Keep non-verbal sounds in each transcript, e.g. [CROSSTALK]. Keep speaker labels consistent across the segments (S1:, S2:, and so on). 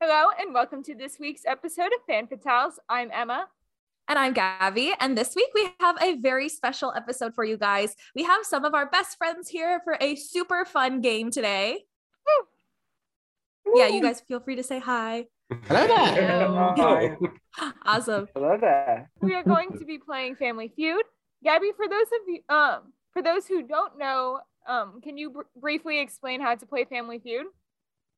S1: Hello, and welcome to this week's episode of Fan Fatales. I'm Emma.
S2: And I'm Gabby. And this week we have a very special episode for you guys. We have some of our best friends here for a super fun game today. Yeah, you guys feel free to say hi. [GASPS]
S3: Hello there.
S1: Oh,
S4: Hello.
S2: Awesome.
S4: Hello there.
S1: We are going to be playing Family Feud. Gabby, for those of you, um, for those who don't know, um, can you br- briefly explain how to play Family Feud?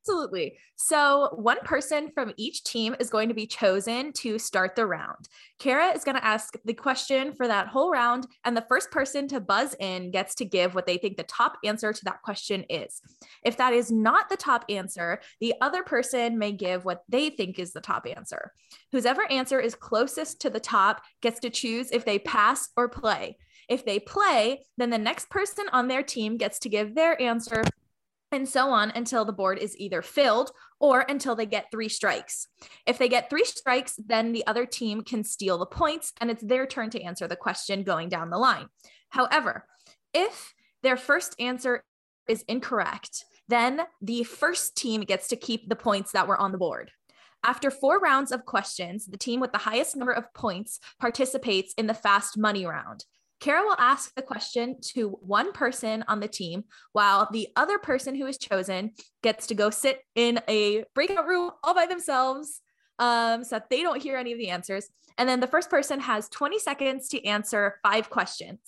S2: Absolutely. So, one person from each team is going to be chosen to start the round. Kara is going to ask the question for that whole round, and the first person to buzz in gets to give what they think the top answer to that question is. If that is not the top answer, the other person may give what they think is the top answer. Whosever answer is closest to the top gets to choose if they pass or play. If they play, then the next person on their team gets to give their answer and so on until the board is either filled or until they get three strikes. If they get three strikes, then the other team can steal the points and it's their turn to answer the question going down the line. However, if their first answer is incorrect, then the first team gets to keep the points that were on the board. After four rounds of questions, the team with the highest number of points participates in the fast money round. Kara will ask the question to one person on the team, while the other person who is chosen gets to go sit in a breakout room all by themselves um, so that they don't hear any of the answers. And then the first person has 20 seconds to answer five questions.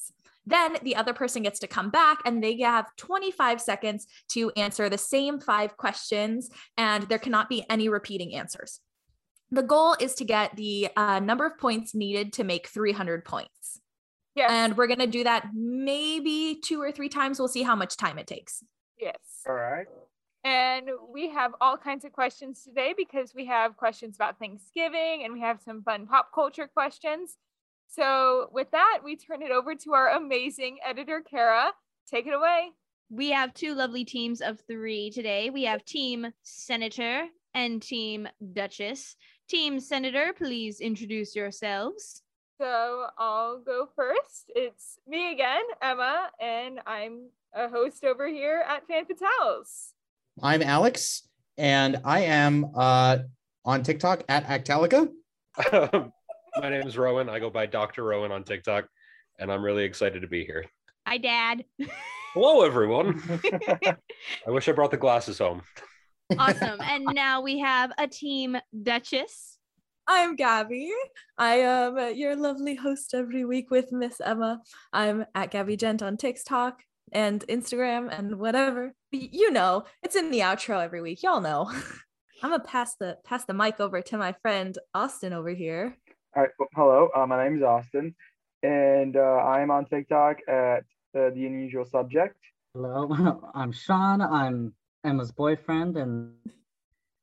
S2: Then the other person gets to come back and they have 25 seconds to answer the same five questions, and there cannot be any repeating answers. The goal is to get the uh, number of points needed to make 300 points.
S1: Yes.
S2: And we're going to do that maybe two or three times. We'll see how much time it takes.
S1: yes.
S4: All right.
S1: And we have all kinds of questions today because we have questions about Thanksgiving and we have some fun pop culture questions. So, with that, we turn it over to our amazing editor, Kara. Take it away.
S5: We have two lovely teams of three today. We have Team Senator and Team Duchess. Team Senator, please introduce yourselves.
S1: So, I'll go first. It's me again, Emma, and I'm a host over here at Fan Fatales.
S3: I'm Alex, and I am uh, on TikTok at Actalica.
S6: Um, My name is Rowan. I go by Dr. Rowan on TikTok, and I'm really excited to be here.
S5: Hi, Dad. [LAUGHS]
S2: [LAUGHS]
S6: Hello, everyone. I wish I brought the glasses home.
S5: Awesome. and now we have a Team Duchess.
S2: I'm Gabby. I am uh, your lovely host every week with Miss Emma. I'm at Gabby Gent on TikTok and Instagram and whatever. Y- You know, it's in the outro every week. Y'all know. [LAUGHS] I'm gonna pass the pass the mic over to my friend Austin over here.
S4: All right. Well, hello. Uh, my name is Austin, and uh, I'm on TikTok at uh, the Unusual Subject.
S7: Hello, [LAUGHS] I'm Sean. I'm Emma's boyfriend, and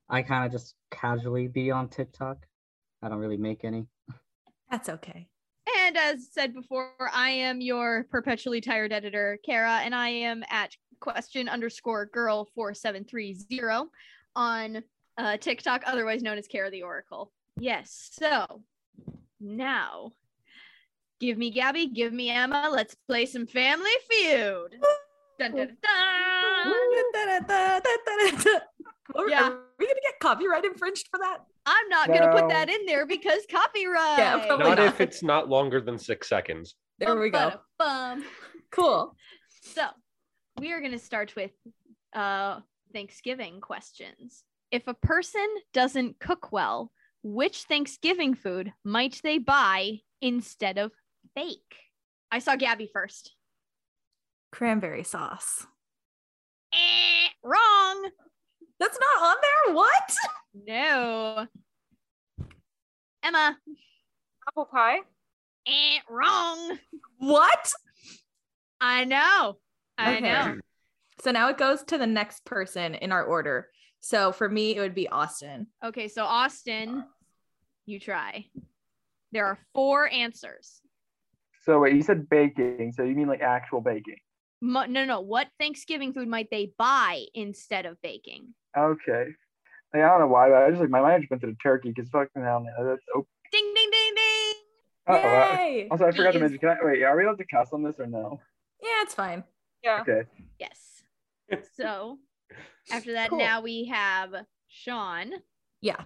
S7: I kind of just casually be on TikTok. I don't really make any.
S2: That's okay.
S5: And as said before, I am your perpetually tired editor, Kara, and I am at question underscore girl 4730 on uh, TikTok, otherwise known as Kara the Oracle. Yes. So now give me Gabby, give me Emma. Let's play some Family Feud. Dun, dun, dun.
S2: Are-
S5: Yeah.
S2: Are we gonna get copyright infringed for that?
S5: I'm not going to
S4: No.
S5: put that in there because copyright.
S2: probably
S6: Not
S2: not.
S6: if it's not longer than six seconds.
S2: There we go.
S5: Bum, bum.
S2: Cool.
S5: So we are going to start with uh, Thanksgiving questions. If a person doesn't cook well, which Thanksgiving food might they buy instead of bake? I saw Gabby first.
S2: Cranberry sauce.
S5: Eh, wrong.
S2: That's not on there. What? [LAUGHS]
S5: No. Emma.
S1: Apple pie.
S5: Eh, wrong.
S2: What?
S5: I know. I
S2: Okay.
S5: know.
S2: So now it goes to the next person in our order. So for me, it would be Austin.
S5: Okay, so Austin, you try. There are four answers.
S4: So wait, you said baking. So you mean like actual baking?
S5: Mu- no, no, no. What Thanksgiving food might they buy instead of baking?
S4: Okay. Like, I don't know why, but I just like my mind just went to the turkey because fucking hell, man, that's oh.
S5: Ding, ding, ding, ding.
S4: uh-oh, uh,
S2: Yay!
S4: Also, I forgot to
S5: Jeez.
S4: mention. Can I wait? Are we allowed to cuss on this or no?
S2: Yeah, it's fine.
S1: Yeah.
S4: Okay.
S2: [LAUGHS]
S5: Yes. so after that,
S2: Cool.
S5: now we have Sean.
S2: Yeah.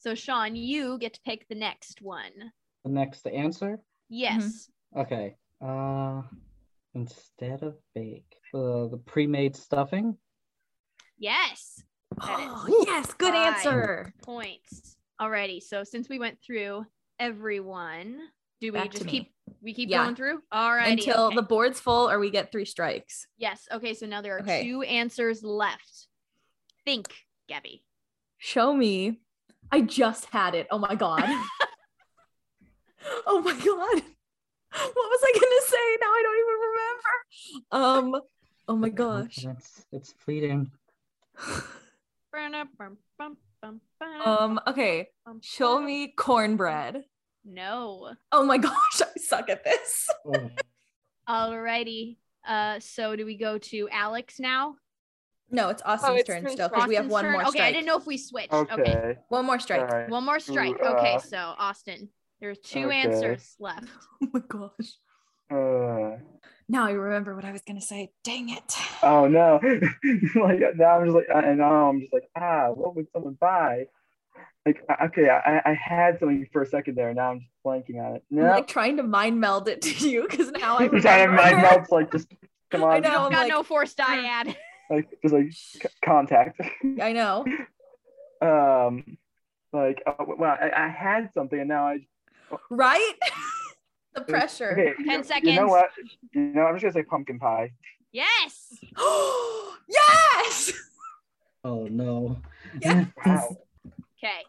S5: So Sean, you get to pick the next one.
S7: The next answer.
S5: Yes.
S2: Mm-hmm.
S7: Okay. Uh, instead of bake, uh, the pre-made stuffing.
S5: Yes. That is
S2: Oh, yes. Good
S5: five.
S2: answer.
S5: Points. Alrighty. So since we went through everyone, do we
S2: Back to
S5: just
S2: me.
S5: keep we keep
S2: Yeah.
S5: going through? Alrighty.
S2: Until
S5: okay.
S2: the board's full or we get three strikes.
S5: Yes. Okay. So now there are
S2: Okay.
S5: two answers left. Think, Gabby.
S2: Show me. I just had it. Oh my
S5: [LAUGHS]
S2: God. [LAUGHS] oh my God. What was I going to say? Now I don't even remember. Um, oh my gosh.
S4: [LAUGHS]
S7: It's it's fleeting.
S2: Um, okay. Show me cornbread.
S5: No.
S2: Oh my [LAUGHS] gosh. I suck at this.
S7: Oh,
S5: Alrighty. Uh, so do we go to Alex now?
S2: No, it's Austin's
S1: it's
S2: turn
S1: Miss
S2: still because we have
S5: Oh, Austin's
S2: one
S5: turn?
S2: more
S5: Okay,
S2: strike.
S5: I didn't know if we switched.
S4: Okay.
S5: Okay.
S2: One more strike.
S4: All right.
S5: One more strike. okay,
S4: uh,
S5: so Austin, there are two
S4: okay.
S5: answers left.
S2: [LAUGHS] Oh my gosh.
S4: Uh,
S2: Now I remember what I was going to say. Dang it.
S4: oh no! [LAUGHS] like now I'm just like, uh, and now I'm just like, ah, what would someone buy? Like, I- okay, I, I had something for a second there. Now I'm just blanking on it.
S2: I'm
S4: No, [LAUGHS]
S2: like trying to mind meld it [LAUGHS] to you because now I
S4: I'm
S2: remember.
S4: trying to
S2: [LAUGHS]
S4: mind melts like just come
S2: I
S4: on,
S2: know. I'm
S5: Got
S2: like, uh,
S5: no forced dyad. [LAUGHS]
S4: like just like c- contact.
S2: I know.
S4: [LAUGHS] um, like uh, well, I, I had something and now I
S2: Right? [LAUGHS] the pressure. [GASPS]
S4: okay. you
S5: Ten
S4: know- You know
S5: seconds.
S4: what? You know, I'm just gonna say pumpkin pie.
S5: Yes.
S2: yes!
S7: oh no.
S2: Yes.
S4: Wow.
S5: Okay.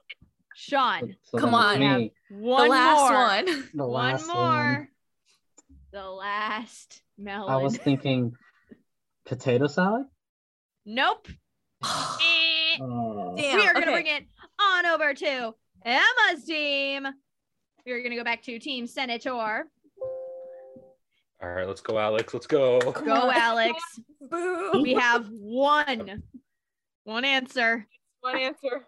S5: Sean,
S7: [LAUGHS] So
S2: Come
S7: that
S2: on.
S7: was me,
S5: [LAUGHS] one
S2: the last
S5: more.
S2: one.
S7: the
S5: one
S7: last
S5: more.
S7: one.
S5: The last melon.
S7: I was thinking potato salad.
S2: [LAUGHS]
S5: Nope. Eh.
S7: Oh, [LAUGHS]
S2: Damn.
S5: we are going to
S2: okay.
S5: bring it on over to Emma's team. We are going to go back to Team Senator.
S6: All right, let's go, Alex. Let's go.
S2: Come
S5: Go,
S2: on.
S5: Alex.
S2: Boo. [LAUGHS]
S5: We have one. One answer.
S1: One answer.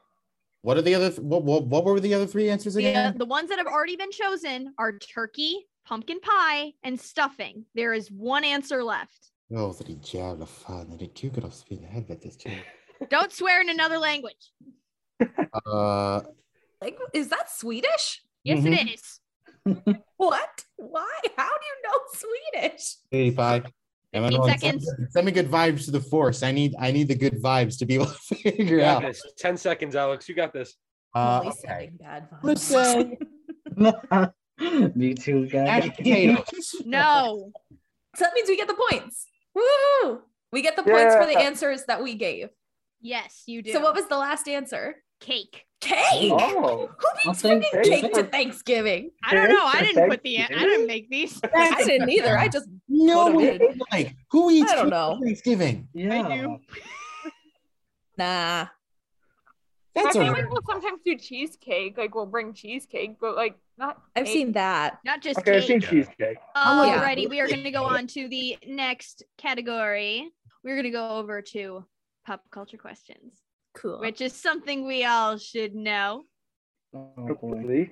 S3: What are the other? Th- what, what what were the other three answers
S5: The,
S3: again?
S5: the ones that have already been chosen are turkey, pumpkin pie, and stuffing. There is one answer left.
S3: Oh, the diablo fan, the two could have spent helvetes too.
S5: Don't swear in another language.
S3: Uh,
S2: Like, is that Swedish?
S5: Yes, it is.
S2: What? Why? How do you know Swedish?
S3: eighty-five.
S5: 15 seconds.
S3: Send me good vibes to the force. I need I need the good vibes to be able to [LAUGHS]
S6: You
S3: figure
S6: got
S3: out.
S6: this. Ten seconds, Alex. You got this.
S3: Uh,
S2: I'm only
S3: okay.
S2: sending bad vibes.
S3: Let's say
S7: me too, guys.
S3: mashed
S7: [LAUGHS]
S3: potatoes.
S5: No.
S2: So that means we get the points. Woo! We get the points for the
S4: Yeah.
S2: answers that we gave.
S5: Yes, you do.
S2: So what was the last answer?
S5: cake?
S2: Cake.
S4: Oh,
S2: Who makes
S7: Nothing.
S2: freaking
S4: Cake
S2: cake
S4: for-
S2: to Thanksgiving?
S5: I don't know. I
S4: Cake?
S5: didn't put the. I
S4: Thank you.
S5: didn't make these.
S2: I didn't either. I just
S3: No,
S2: What a-
S3: one, like who eats
S2: I don't
S3: cake
S2: know.
S3: for Thanksgiving?
S7: Yeah.
S2: nah.
S3: That's
S1: My
S3: a
S1: family will sometimes do cheesecake. Like we'll bring cheesecake, but like not.
S2: I've
S1: cake.
S2: seen that.
S5: Not just
S4: okay, I've seen
S5: cake.
S4: cheesecake.
S2: like
S5: Alrighty,
S3: that.
S5: we are going to go on to the next category. We're going to go over to pop culture questions,
S2: Cool.
S5: which is something we all should know.
S7: Hopefully.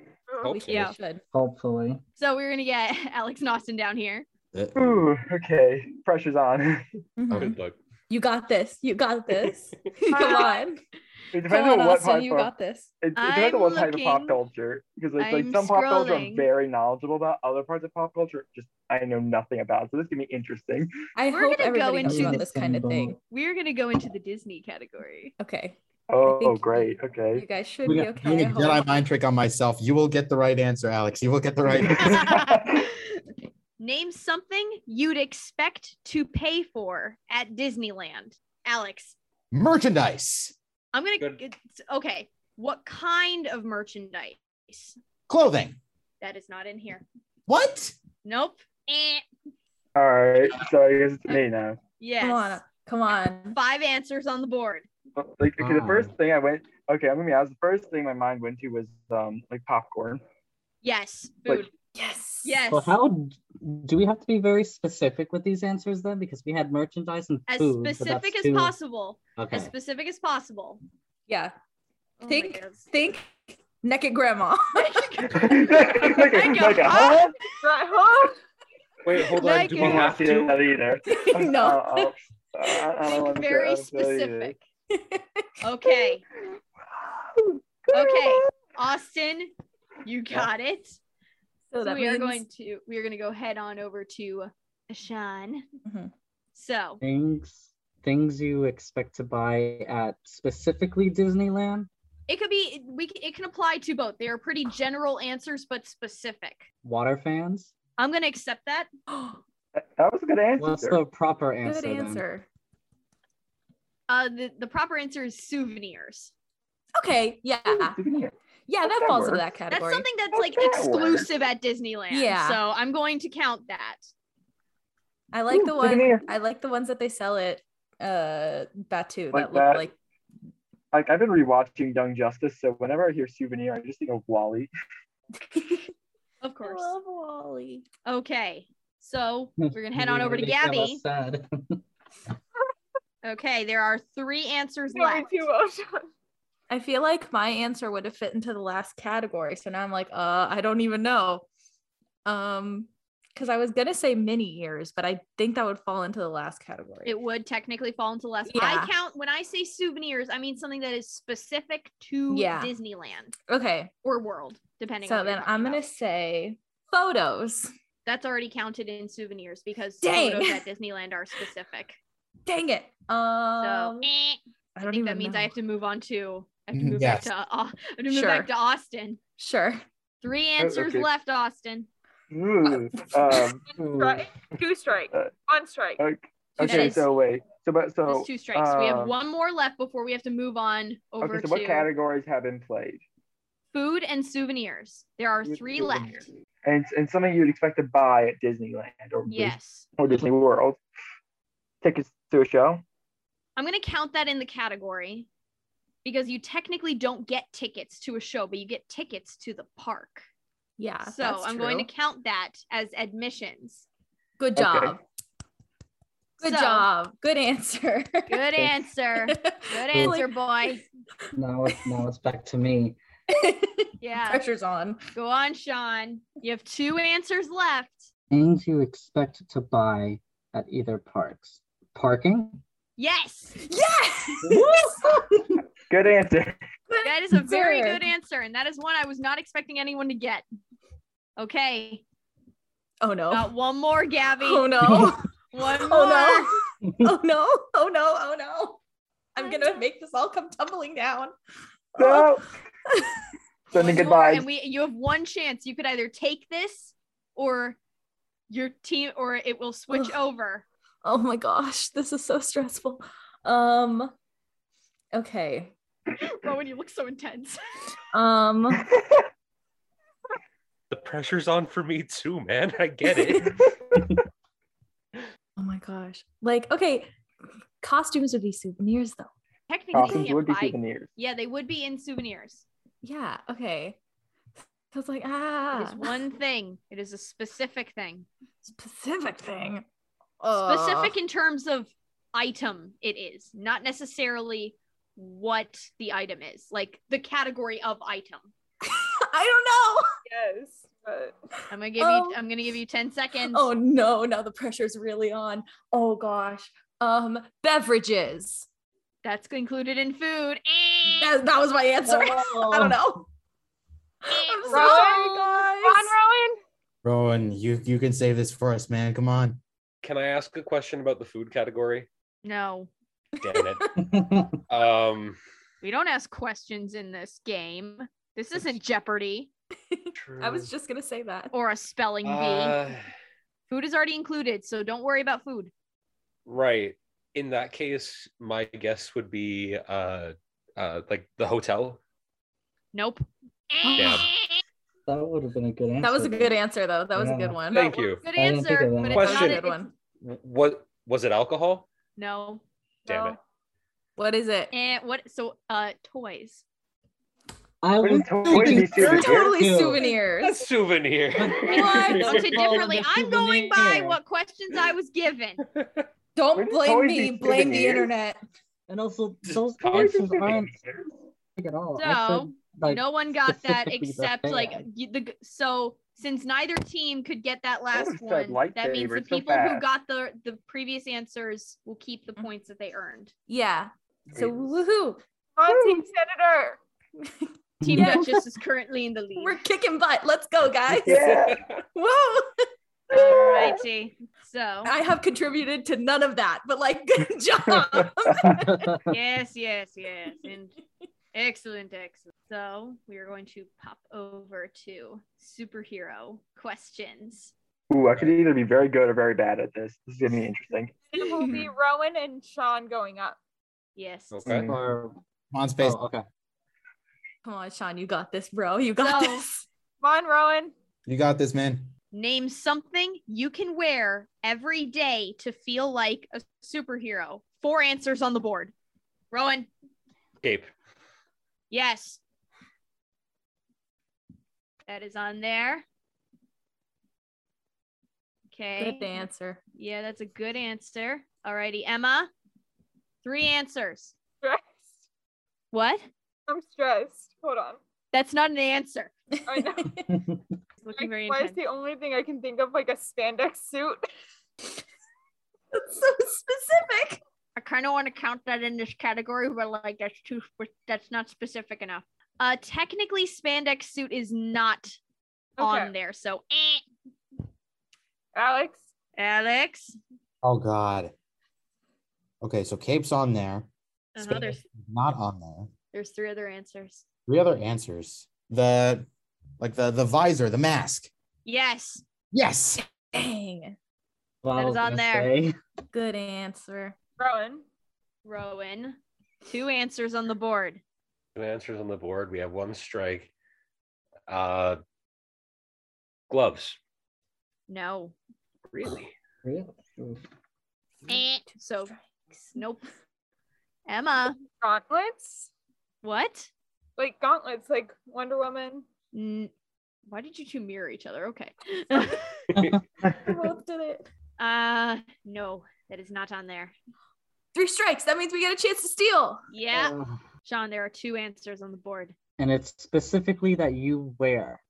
S2: we
S4: Hopefully.
S6: Hope so.
S5: yeah.
S2: should.
S7: Oh, Hopefully.
S5: So we're going to get [LAUGHS] Alex and Austin down here.
S3: Uh,
S4: Ooh, okay. Pressure's on. [LAUGHS]
S2: Mhm.
S6: Good luck.
S2: You got this. You got this. Come on.
S4: It depends
S2: Come on,
S4: on what
S2: Austin. You
S4: type of
S2: got this.
S4: it, it depends
S5: I'm
S4: on what type of
S5: looking.
S4: pop culture. Because like, like
S5: I'm
S4: some pop culture I'm
S5: scrolling.
S4: very knowledgeable about, other parts of pop culture just I know nothing about. So this can be interesting.
S2: I
S5: We're
S2: hope
S5: gonna go
S2: everybody knows
S5: into
S2: about
S5: the-
S2: this kind of thing.
S5: We're going to go into the Disney category. [LAUGHS]
S2: Okay.
S4: Oh,
S2: think-
S4: great.
S2: You
S4: Okay.
S2: guys should
S7: We
S2: be
S7: got-
S2: okay.
S3: Doing
S2: I
S3: a
S2: hope.
S3: Jedi mind trick on myself. You will get the right answer, Alex. You will get the right. answer.
S5: Name something you'd expect to pay for at Disneyland. Alex,
S3: Merchandise,
S5: I'm going to.
S6: Good.
S5: it's- Okay. What kind of merchandise?
S3: clothing.
S5: That is not in here.
S3: What?
S5: Nope. Eh.
S4: All right. So I guess it's
S5: Uh,
S4: me now.
S2: Come on.
S5: Yes.
S2: Come on.
S5: Five answers on the board.
S4: Like okay, the
S7: Wow.
S4: first thing I went okay, I'm gonna be honest, the first thing my mind went to was um like
S5: [LAUGHS]
S4: popcorn.
S5: Yes.
S4: Like-
S5: Food.
S2: Yes.
S5: yes.
S7: Well, how do we have to be very specific with these answers then? Because we had merchandise and
S5: as
S7: food. but
S5: specific
S7: that's
S5: as
S7: too-
S5: possible. As
S7: Okay.
S5: specific as possible.
S2: Yeah.
S5: Oh my
S2: Think.
S5: goodness.
S2: Think. Naked grandma. [LAUGHS]
S4: [LAUGHS] like, a-
S5: Like a
S4: like uh, a, huh?
S5: hot-
S1: [LAUGHS] Right, Oh, huh?
S6: Wait, hold on.
S5: Like
S6: Do
S4: You
S6: we
S5: it.
S4: won't
S6: have
S4: see that
S6: to?
S5: [LAUGHS]
S4: either.
S2: no.
S4: I'll- I'll- I- I don't [GASPS] wanna
S5: Think
S2: [LAUGHS]
S4: say-
S5: very
S4: I'll tell you.
S5: specific. Okay. Okay,
S4: [LAUGHS]
S5: Austin, you got it.
S2: So
S5: So
S2: that
S5: we
S2: means
S5: are going
S2: [GASPS]
S5: to we are going to go head on over to Sean.
S2: Mhm.
S5: So
S7: Things things you expect to buy at specifically Disneyland.
S5: it could be we c- it can apply to both. They are pretty general answers but specific.
S7: Water fans.
S5: I'm going to accept that.
S4: That- That was a good answer.
S7: What's
S4: sir.
S7: the proper
S2: good
S7: answer? then?
S2: answer.
S5: Uh, the the proper answer is souvenirs.
S2: Okay, yeah,
S4: Ooh, souvenir.
S2: yeah, that
S4: that
S2: falls into
S4: works.
S2: that
S5: That's
S2: category.
S5: something that's
S4: How's
S5: like
S4: that work?
S5: exclusive at Disneyland.
S2: Yeah.
S5: So I'm going to count that.
S2: I like
S4: Ooh,
S2: the
S4: look at me.
S2: one. I like the ones that they sell at uh Batu
S4: Like
S2: that look
S4: that.
S2: like
S4: [LAUGHS]
S2: [LAUGHS]
S4: Like I've been rewatching Young Justice, so whenever I hear souvenir, I just think of Wally.
S5: Of
S2: I
S5: course.
S2: love Wally.
S5: Okay. So
S2: Hmm.
S5: we're gonna head on
S7: You
S5: over
S2: [LAUGHS]
S5: to
S7: really have
S5: Gabby.
S7: us sad.
S5: [LAUGHS] Okay, there are three answers
S1: You're doing
S5: left.
S1: too well, Sean.
S2: I feel like my answer would have fit into the last category. So now I'm like, uh, I don't even know. Um, because I was gonna say mini ears, but I think that would fall into the last category.
S5: It would technically fall into less.
S2: Yeah.
S5: I count when I say souvenirs, I mean something that is specific to
S2: Yeah.
S5: Disneyland
S2: okay,
S5: or World, depending. on
S2: so
S5: what you're
S2: then
S5: talking
S2: I'm gonna
S5: about.
S2: say photos.
S5: That's already counted in souvenirs because
S2: Dang.
S5: photos at Disneyland are specific.
S2: Dang it.
S5: So
S2: Um,
S5: eh,
S2: I
S5: I,
S2: don't
S5: think
S2: even
S5: that means
S2: know.
S5: I have to move on to. I have to
S4: Mm,
S3: Mhm,
S5: move
S3: yes.
S5: back to. Au- I have to move back
S2: Sure.
S5: to Austin.
S2: Sure.
S5: Three answers
S4: okay.
S5: left, Austin.
S4: Ooh, [LAUGHS] um,
S1: Strike. Two strike.
S4: Uh,
S1: One strike.
S4: like,
S5: Two
S4: okay,
S5: strikes.
S4: so wait, so but so
S5: There's two strikes. we have
S4: um,
S5: one more left before we have to move on over
S4: okay, so
S5: to
S4: what categories have been played?
S5: food and souvenirs. There are
S4: With
S5: three
S4: souvenirs.
S5: left.
S4: And and something you'd expect to buy at Disneyland or Dis-
S5: Yes.
S4: or Disney World. Tickets to a show.
S5: I'm going to count that in the category because you technically don't get tickets to a show, but you get tickets to the park.
S2: Yeah.
S5: so
S2: Ah, that's
S5: I'm going to
S2: true.
S5: count that as admissions.
S2: Good
S4: Okay.
S2: job. Good
S5: So-
S2: job. Good answer.
S5: Good
S2: [LAUGHS]
S5: answer. Good answer, boy.
S7: now, it's, now it's back to me.
S2: [LAUGHS]
S5: Yeah.
S2: Pressure's on.
S5: Go on, Sean. You have two answers left.
S7: Things you expect to buy at either parks. Parking. [LAUGHS]
S5: Yes.
S2: [LAUGHS] Yes.
S4: Good
S5: [LAUGHS]
S4: answer.
S5: That is a very
S2: Sure.
S5: good answer. And that is one I was not expecting anyone to get. Okay.
S2: Oh no.
S5: Got one more, Gabby.
S2: Oh no.
S5: One more.
S2: Oh no. Oh no. Oh no. Oh no. I'm going to make this all come tumbling down. Oh.
S4: So Oh.
S5: [LAUGHS]
S4: sending
S5: One more,
S4: goodbyes. [LAUGHS]
S5: And we you have one chance. You could either take this or your team or it will switch
S2: Ugh.
S5: over.
S2: Oh my gosh. This is so stressful. Um okay.
S5: Rowan, you look so intense. [LAUGHS]
S2: Um
S6: The pressure's on for me too, man. I get it.
S2: [LAUGHS] oh my gosh. Like okay, costumes would be souvenirs though.
S5: Technically, you
S4: Costumes
S5: can't
S4: would be
S5: buy-
S4: souvenirs.
S5: Yeah, they would be in souvenirs.
S2: Yeah, okay. So it's like
S5: It
S2: ah
S5: is one thing. It is a specific thing.
S2: specific thing.
S5: Specific in terms of item it is, not necessarily what the item is, like the category of item.
S2: [LAUGHS] I
S1: Yes. But
S5: I'm gonna give
S2: Oh.
S5: you I'm gonna give you 10 seconds.
S2: don't know. Oh no, now the pressure's really on. Oh gosh. Um beverages.
S5: That's included in food.
S2: That, that was my answer. [LAUGHS] I
S5: Oh.
S2: don't know. I'm
S5: Rowan.
S2: sorry, guys.
S1: Come on, Rowan.
S3: Rowan, you you can save this for us, man. Come on.
S6: Can I ask a question about the food category?
S5: No.
S6: Damn it. um,
S5: We don't ask questions in this game. This isn't Jeopardy
S2: I was just gonna say that.
S5: or a spelling bee.
S6: Uh,
S5: food is already included, so don't worry about food.
S6: right. In that case, my guess would be uh, uh, like the hotel.
S5: Nope.
S6: Damn.
S7: That would have been a good answer.
S2: That was a good
S7: then.
S2: answer though. That was a
S7: Yeah.
S2: good one.
S6: Thank you.
S5: Good
S7: I didn't think
S5: answer,
S7: of that.
S5: but it's
S6: Question.
S5: not a
S2: Good one.
S6: W- What was it? Alcohol?
S5: No.
S6: Damn
S1: No.
S6: it. [LAUGHS]
S2: What is it?
S5: And what? So, uh,
S7: [LAUGHS]
S5: toys.
S7: I
S4: Wouldn't
S7: would
S4: totally be
S7: thinking
S4: souvenirs.
S2: Totally
S7: too.
S6: A
S2: souvenirs.
S6: souvenir. [LAUGHS]
S2: What?
S5: Counted differently.
S7: the
S5: I'm going by
S7: souvenir.
S5: what questions I was given.
S2: Don't
S4: Wouldn't
S2: blame
S4: toys
S2: me.
S4: be
S2: Blame the
S4: souvenirs?
S2: internet.
S7: And also, those
S6: Toys
S7: answers
S4: [LAUGHS]
S7: aren't big at all. I
S5: So,
S7: said, [LAUGHS] like,
S5: no one got that
S7: specifically the
S5: except like
S7: [LAUGHS] band.
S5: y- the g- so since neither team could get that last
S4: would've said
S5: one,
S4: lightsaber,
S5: that means the
S4: it's so
S5: people who
S4: fast. Mm-hmm.
S5: got the the previous answers will keep the points that they earned.
S2: Yeah. So woohoo.
S1: Haunting Senator.
S5: Team
S2: Yeah.
S5: Duchess is currently in the lead.
S2: We're kicking butt. Let's go, guys. [LAUGHS]
S4: Yeah.
S2: Whoa. [LAUGHS]
S5: Alrighty. So
S2: I have contributed to none of that, but like, [LAUGHS] good job.
S4: [LAUGHS]
S5: [LAUGHS] yes, yes, yes. And excellent, excellent. So we are going to pop over to superhero questions.
S4: Ooh, I could either be very good or very bad at this. This is gonna be interesting.
S1: It will
S2: [LAUGHS]
S1: be Rowan and Sean going up.
S5: Yes.
S6: Okay.
S7: or,
S3: on space.
S7: oh, okay. [LAUGHS]
S2: Come on, Sean, you got this, bro. You got
S5: No.
S2: this.
S1: Come on, Rowan.
S3: You got this, man.
S5: Name something you can wear every day to feel like a superhero. Four answers on the board. Rowan,
S6: Gape.
S5: yes. That is on there. Okay.
S2: Good answer.
S5: Yeah, that's a good answer. Alrighty, Emma. Three answers.
S1: Stressed.
S5: What?
S1: I'm stressed. Hold on.
S5: That's not an answer.
S1: I know.
S5: It's looking very
S1: Why is
S5: intense.
S1: the only thing I can think of like a spandex suit?
S2: [LAUGHS]
S1: [LAUGHS]
S2: That's so specific.
S5: I kind of want to count that in this category, but like that's too sp- that's not specific enough. Uh, technically, spandex suit is not on
S1: Okay.
S5: there, so eh.
S1: Alex,
S5: Alex.
S3: Oh God. Okay, so cape's on there.
S5: Uh-huh,
S3: Spandex
S5: there's
S3: is not on there.
S5: there's three other answers.
S3: Three other answers. The like the the visor, the mask.
S5: Yes,
S3: Yes.
S2: Dang.
S7: Well,
S5: That
S7: I
S5: is
S7: was
S5: on
S7: gonna
S5: there.
S7: say,
S2: Good answer.
S1: Rowan,
S5: Rowan. Two answers on the board.
S6: Two answers on the board. We have one strike. Uh, gloves.
S5: No.
S6: Really?
S7: really?
S5: Eh. So nope. Emma.
S1: gauntlets,
S5: What?
S1: like gauntlets, like Wonder Woman.
S5: N- Why did you two mirror each other?
S2: [LAUGHS]
S5: Okay.
S2: [LAUGHS]
S5: [LAUGHS]
S2: We both did it.
S5: uh, no, that is not on there.
S2: Three strikes. That means we get a chance to steal.
S5: Yeah,
S2: Oh.
S7: Ugh.
S5: Sean, there are two answers on the board.
S7: uh, and it's specifically that you wear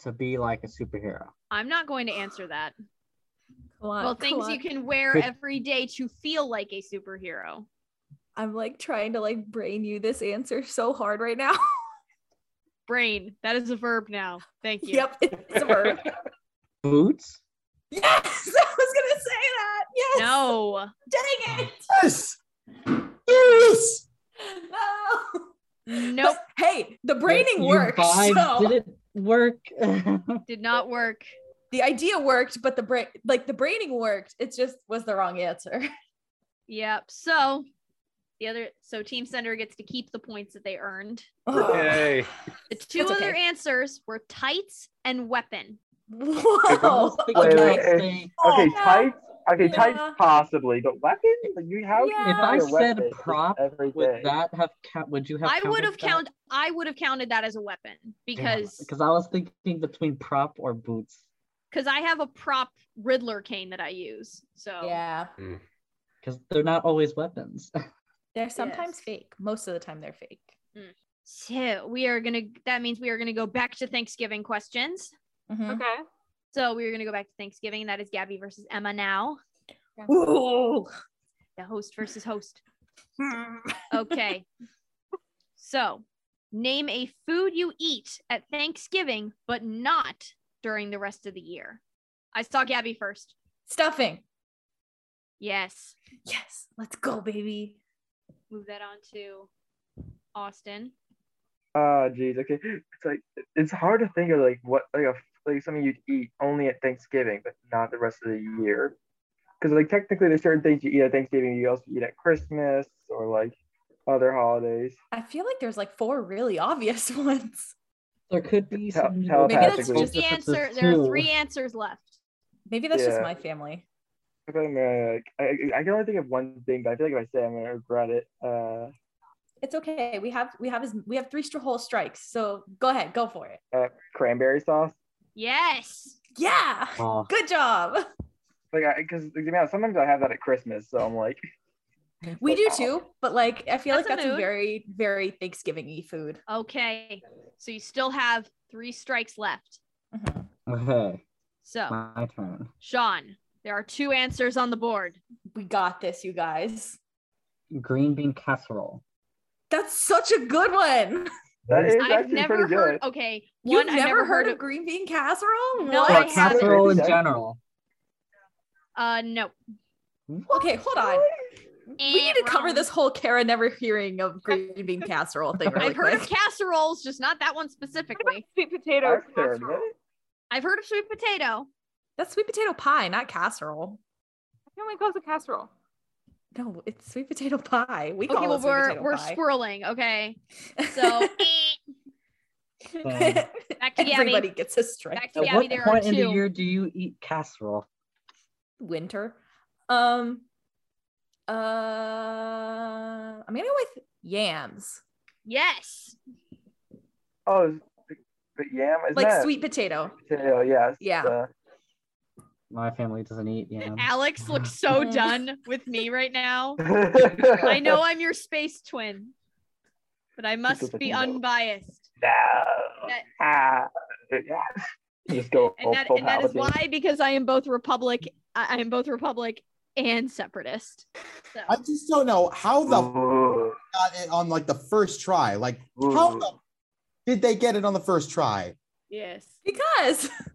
S7: to be like a superhero.
S5: I'm not going to answer that.
S2: Come on,
S5: well,
S2: come
S5: things you
S2: on.
S5: can wear
S3: Could-
S5: every day to feel like a superhero.
S2: I'm like trying to like brain you this answer so hard right
S5: [LAUGHS]
S2: now.
S5: Brain. That is a verb now. Thank you.
S2: Yep, it's a
S6: [LAUGHS]
S2: verb.
S7: Boots?
S2: yes, [LAUGHS] I was gonna say that. Yes.
S5: No.
S2: [LAUGHS] Dang it.
S3: Yes. Yes.
S2: No.
S5: Nope.
S2: Hey, the braining
S7: You
S2: works.
S7: Five
S2: so-
S7: did it work? [LAUGHS]
S5: Did not work.
S2: the idea worked, but the brain, like the braining worked. It just was the wrong answer. [LAUGHS]
S5: Yep. So the other so team center gets to keep the points that they earned.
S6: Yay.
S5: The two
S2: It's
S5: other
S2: okay.
S5: answers were tights and weapon. [LAUGHS]
S2: Whoa.
S7: Almost think
S4: Wait,
S7: about
S4: wait,
S2: Okay.
S4: wait.
S7: saying-
S4: Okay,
S2: Yeah.
S4: tights. Okay, tights
S2: Yeah.
S4: possibly, but weapons. Like you, how can you
S7: If
S2: Yeah.
S7: I
S4: wear
S7: said
S4: weapons
S7: prop,
S4: every day?
S7: would that have count? Would you have?
S5: I would have
S7: counted
S5: counted I would have counted that as a weapon because
S7: because I was thinking between prop or boots.
S5: because I have a prop Riddler cane that I use. So
S2: Yeah.
S7: because they're not always weapons. [LAUGHS]
S2: They're sometimes
S5: Yes.
S2: fake. Most of the time they're fake.
S5: so we are gonna that means we are gonna go back to Thanksgiving questions.
S2: Mhm.
S1: Okay.
S5: So we are gonna go back to Thanksgiving. That is Gabby versus Emma now.
S2: Ooh.
S5: The host versus host. Okay. so name a food you eat at Thanksgiving, but not during the rest of the year. I saw Gabby first.
S2: Stuffing.
S5: Yes.
S2: Yes. Let's go, baby.
S5: Move that on to Austin.
S4: Oh, geez. Okay, it's like it's hard to think of like what like a like something you'd eat only at Thanksgiving, but not the rest of the year. Because like technically, there's certain things you eat at Thanksgiving you also eat at Christmas or like other holidays.
S2: I feel like there's like four really obvious [LAUGHS] ones.
S7: There could be
S4: Tell-
S7: some
S4: tell
S2: Maybe that's
S5: Just
S2: just-
S5: the
S7: differences
S5: answer. There are
S7: too.
S5: three answers left.
S2: Maybe that's just
S4: Yeah.
S2: my family.
S4: If I'm, uh, like, I, I can only think of one thing, but I feel like if I say it, I'm gonna regret it. Uh,
S2: It's okay. We have we have as we have three str- whole strikes. So go ahead, go for it.
S4: uh, cranberry sauce.
S5: Yes.
S2: Yeah.
S7: [LAUGHS] Oh,
S2: Good job.
S4: Like, because you know, sometimes I have that at Christmas, so I'm
S6: [LAUGHS]
S4: like,
S2: We
S4: like,
S2: do
S4: oh.
S2: too, but like I feel
S5: That's
S2: like
S5: a
S2: that's a
S5: mood.
S2: very very Thanksgiving-y food.
S5: Okay. So you still have three strikes left.
S2: Mhm.
S7: okay,
S5: So,
S7: my turn.
S5: Sean, there are two answers on the board.
S2: We got this, you guys.
S7: Green bean casserole.
S2: That's such a good one.
S4: That is
S5: I've
S4: actually
S5: never
S4: pretty
S5: heard.
S4: good.
S5: Okay,
S2: You've
S5: one
S2: never,
S5: I've never
S2: heard, of green bean casserole?
S5: No,
S2: What?
S5: I
S7: Or
S5: haven't.
S7: casserole in
S4: Exactly.
S7: general.
S5: Uh, no.
S2: Okay, hold on. We need to cover this whole Kara never hearing of green bean casserole thing [LAUGHS] really
S5: I've heard
S2: quick.
S5: of casseroles, just not that one specifically.
S1: Sweet potatoes.
S4: I've heard of it.
S5: I've heard of sweet potato.
S2: That's sweet potato pie, not casserole.
S1: Everyone calls it casserole.
S2: No, it's sweet potato pie. We call
S5: Okay, well
S2: it sweet
S5: we're
S2: potato
S5: we're
S2: pie.
S5: squirreling. Okay,
S2: [LAUGHS]
S5: so [LAUGHS] eh,
S2: Um,
S7: Damn.
S5: [LAUGHS] back to
S2: Everybody
S5: Gabby.
S2: gets a strike.
S5: Back to
S7: At
S5: Gabby.
S7: what
S5: there are
S7: point in the
S5: two.
S7: year do you eat casserole?
S2: winter. Um uh I'm gonna go with yams.
S5: Yes.
S4: Oh, is- but yam is
S2: like
S4: that
S2: sweet potato.
S4: potato? Yes.
S2: Yeah.
S4: uh,
S7: My family doesn't eat yams.
S5: Alex looks
S2: [LAUGHS]
S5: so
S2: Mhm.
S5: done with me right now.
S4: Uh, [LAUGHS]
S5: I know I'm your space twin, but I must be unbiased.
S4: No.
S5: That-
S4: Ah, yeah. [LAUGHS] Just go
S5: And that,
S4: full
S5: and that is
S4: Palpatine.
S5: why, because I am both Republic, I I am both Republic and Separatist. So,
S3: I just don't know how the
S4: Oh.
S3: f-
S4: Ooh,
S3: got it on like the first try. Like
S4: ooh.
S3: how the f- did they get it on the first try?
S5: yes,
S2: Because [LAUGHS]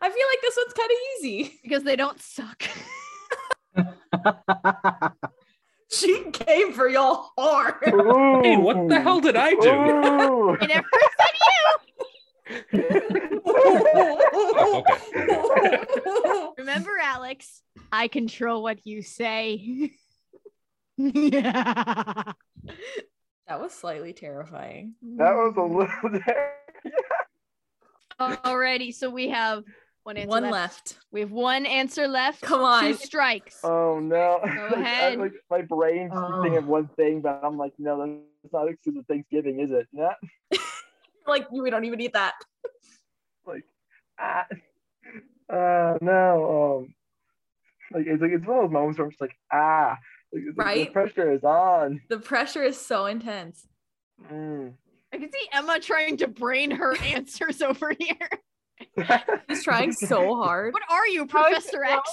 S2: I feel like this one's kind of easy. [LAUGHS]
S5: because they don't [LAUGHS] suck.
S2: She came for y'all hard.
S6: Hey, what the hell did I do?
S4: Ooh. [LAUGHS]
S5: And at first I
S6: Oh,
S5: Remember, Alex, I control what you say. yeah.
S2: that was slightly terrifying.
S4: that was a little. [LAUGHS]
S5: [LAUGHS] Alrighty, so we have one answer
S2: One
S5: left.
S2: left.
S5: We have one answer left.
S2: Come
S5: Two
S2: on.
S5: strikes.
S4: oh no! [LAUGHS] Like, I-
S5: ahead.
S4: like, my brain keeps
S7: Oh.
S4: thinking of one thing, but I'm like, no, that's not exclusive Thanksgiving, is it? Not
S2: Like we don't even eat that.
S4: like, ah, [LAUGHS] uh, no. Um, like it's like it's one of those moments where I'm just like, ah, like, it's like,
S2: Right?
S4: The pressure is on.
S2: The pressure is so intense.
S4: Mm. [LAUGHS]
S5: I can see Emma trying to brain her answers over here.
S2: He's trying [LAUGHS] so hard.
S5: What are you, Professor X?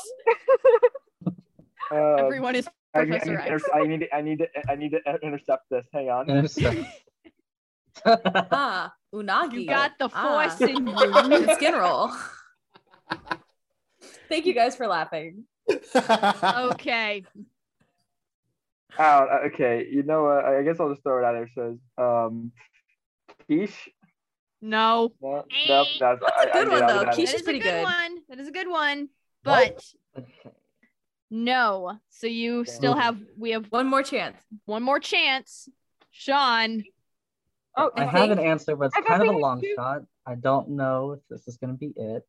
S4: Um,
S5: Everyone is
S4: I need,
S5: Professor
S4: I, need
S5: X.
S4: to, inter- I need to, I need to, I need to intercept this. Hang
S7: [LAUGHS]
S4: on.
S7: [LAUGHS] Interesting.
S2: Ah, unagi.
S5: [LAUGHS] You got the
S2: Ah.
S5: force in you.
S2: Good [LAUGHS] skin roll. [LAUGHS] Thank you guys for laughing.
S3: [LAUGHS]
S5: Okay.
S4: Oh, okay. You know what? I I guess I'll just throw it out there. It says, um, quiche.
S5: No.
S4: No, nope, that's,
S2: That's a
S4: I- I
S2: good
S4: get
S2: one,
S4: out
S2: though.
S4: of that.
S2: Quiche
S5: That
S2: is
S5: is a
S2: pretty
S5: good,
S2: good.
S5: one. That is a good one.
S4: What?
S5: But no. So you still
S7: Ooh.
S5: have we have
S2: One more chance. [LAUGHS]
S5: one more chance. Sean.
S1: Oh,
S7: I
S1: yeah.
S7: have an answer, but
S1: I got
S7: it's kind of a
S1: the
S7: long
S1: answer.
S7: shot. I don't know if this is gonna be it.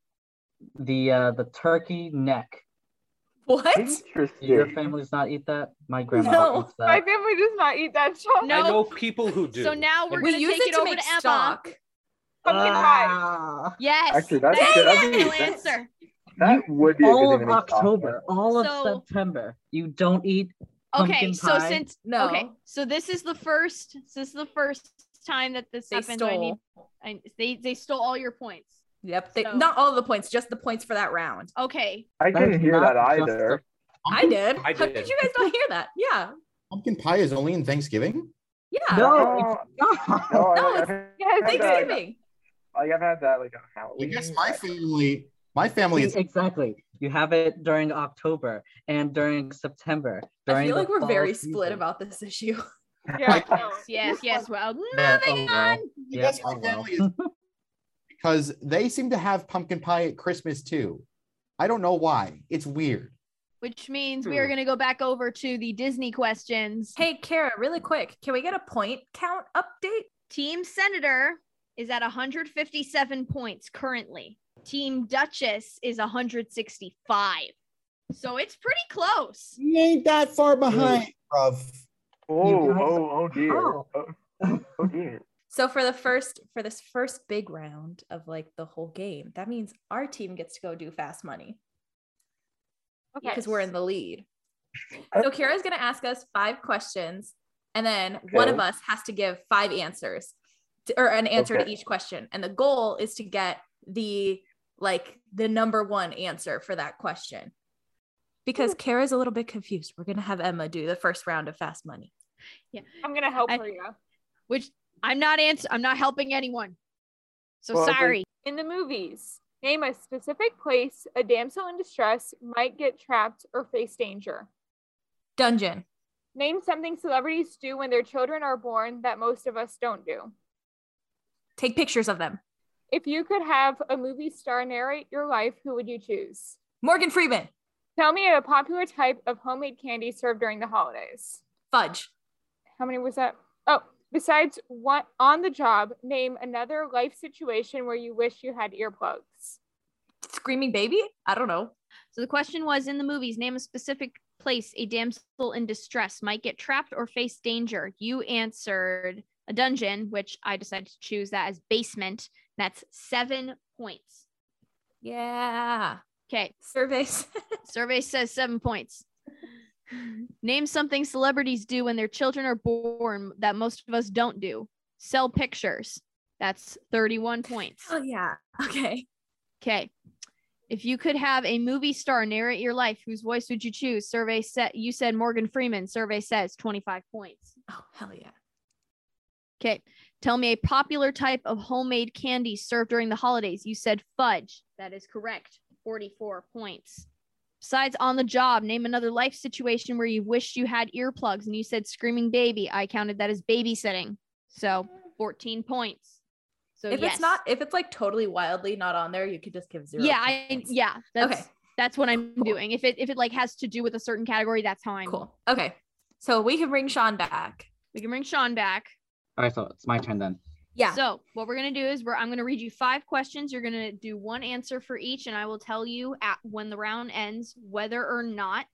S7: The uh the turkey neck.
S2: What?
S7: Do your
S4: Interesting.
S7: families not eat that? My grandma
S2: No,
S5: [LAUGHS]
S7: eats
S1: My
S7: that.
S1: family does not eat that Sean.
S5: No.
S6: I [LAUGHS] know people who do.
S5: So now we're
S6: And
S2: We
S5: gonna
S2: use
S5: take
S2: it,
S5: it,
S2: to
S5: over
S2: make
S5: to Emma.
S2: stock.
S1: Pumpkin pie.
S7: Ah,
S5: Yes.
S4: Actually, that's
S5: that
S4: good.
S5: is
S4: That's
S5: the
S4: good.
S5: real
S4: That's-
S5: answer.
S4: That would be a
S7: all
S4: good
S7: of
S4: thing to make sauce
S7: October, all of
S5: So-
S7: September. You don't eat
S5: Okay,
S7: Pumpkin
S5: so
S7: pie.
S5: since
S2: No.
S5: okay, so this is the first so this is the first time that this
S2: They
S5: happened. so I need
S2: stole.
S5: I, they they stole all your points.
S2: Yep. They,
S5: So-
S2: Not all the points, just the points for that round.
S5: Okay.
S4: with. I
S7: That is
S4: couldn't hear
S7: not
S4: that either.
S2: I did. [LAUGHS]
S6: I
S2: How
S6: did.
S2: did you guys not hear that? Yeah.
S3: Pumpkin pie is only in Thanksgiving.
S2: Yeah.
S4: No,
S7: No, it's [LAUGHS] not.
S2: No,
S4: no, I,
S2: it's-
S4: I've, had,
S1: Yes,
S4: Like, uh,
S2: Thanksgiving.
S4: like I've had that like on
S3: I
S4: Halloween.
S3: guess my family, my family is
S7: exactly. You have it during October and during September.
S2: I
S7: during
S2: feel
S7: the
S2: like we're
S7: fall
S2: very
S7: season.
S2: split about this issue. [LAUGHS]
S1: Yeah, no.
S5: Yes, yes. Well,
S7: Yeah, oh
S5: moving
S7: well.
S5: on.
S3: I
S7: Yeah,
S3: guess my
S7: oh well.
S3: family is because they seem to have pumpkin pie at Christmas too. I don't know why. It's weird.
S5: Which means
S4: Hmm.
S5: we are gonna go back over to the Disney questions.
S2: Hey, Kara, really quick, can we get a point count update?
S5: Team Senator is at 157 points currently. Team Duchess is 165. So it's pretty close.
S3: You ain't that far behind, bruv.
S4: Oh,
S7: guys-
S4: oh, oh dear.
S7: How?
S4: Oh, oh
S5: [LAUGHS]
S4: dear.
S2: So for the first for this first big round of like the whole game, that means our team gets to go do fast money
S1: Okay.
S2: because we're in the lead. So Kara's gonna ask us five questions, and then one of
S4: Okay.
S2: us has to give five answers to- or an answer to
S4: Okay.
S2: each question. And the goal is to get the like the number one answer for that question. Because Kara's a little bit confused. We're gonna have Emma do the first round of fast money.
S1: I'm gonna help
S5: I-
S1: her. Yeah.
S5: Which I'm not answer. I'm not helping anyone. So
S4: Well, I think-
S5: sorry.
S1: In the movies, name a specific place a damsel in distress might get trapped or face danger.
S2: Dungeon.
S1: Name something celebrities do when their children are born that most of us don't do.
S2: Take pictures of them.
S1: If you could have a movie star narrate your life, who would you choose?
S2: Morgan Freeman.
S1: Tell me a popular type of homemade candy served during the holidays.
S2: Fudge.
S1: How many was that? Oh, besides one on the job, name another life situation where you wish you had earplugs.
S2: Screaming baby. I don't know.
S5: so the question was in the movies, name a specific place a damsel in distress might get trapped or face danger. You answered a dungeon, which I decided to choose that as basement. That's seven points.
S2: Yeah.
S5: Okay.
S2: Surveys. [LAUGHS]
S5: Survey [LAUGHS] says seven points. Name something celebrities do when their children are born that most of us don't do. Sell pictures. That's 31 points.
S2: oh yeah. Okay.
S5: Okay. If you could have a movie star narrate your life, whose voice would you choose? Survey set you said Morgan Freeman. Survey says 25 points.
S2: Oh hell yeah.
S5: Okay. Tell me a popular type of homemade candy served during the holidays. You said fudge. That is correct. 44 points. Besides on the job, name another life situation where you wished you had earplugs and you said screaming baby. I counted that as babysitting. So 14 points. So
S2: if
S5: yes.
S2: it's not, if it's like totally wildly not on there, you could just give zero.
S5: yeah, I
S2: points.
S5: yeah. That's,
S2: Okay.
S5: That's what I'm
S2: Cool.
S5: doing. If it if it like has to do with a certain category, that's how I'm
S2: Cool. Okay. So we can bring Sean back.
S5: We can bring Sean back.
S7: [LAUGHS] All right, so it's my turn then.
S2: Yeah.
S5: So what we're gonna do is we're I'm gonna read you five questions. You're gonna do one answer for each, and I will tell you at when the round ends whether or not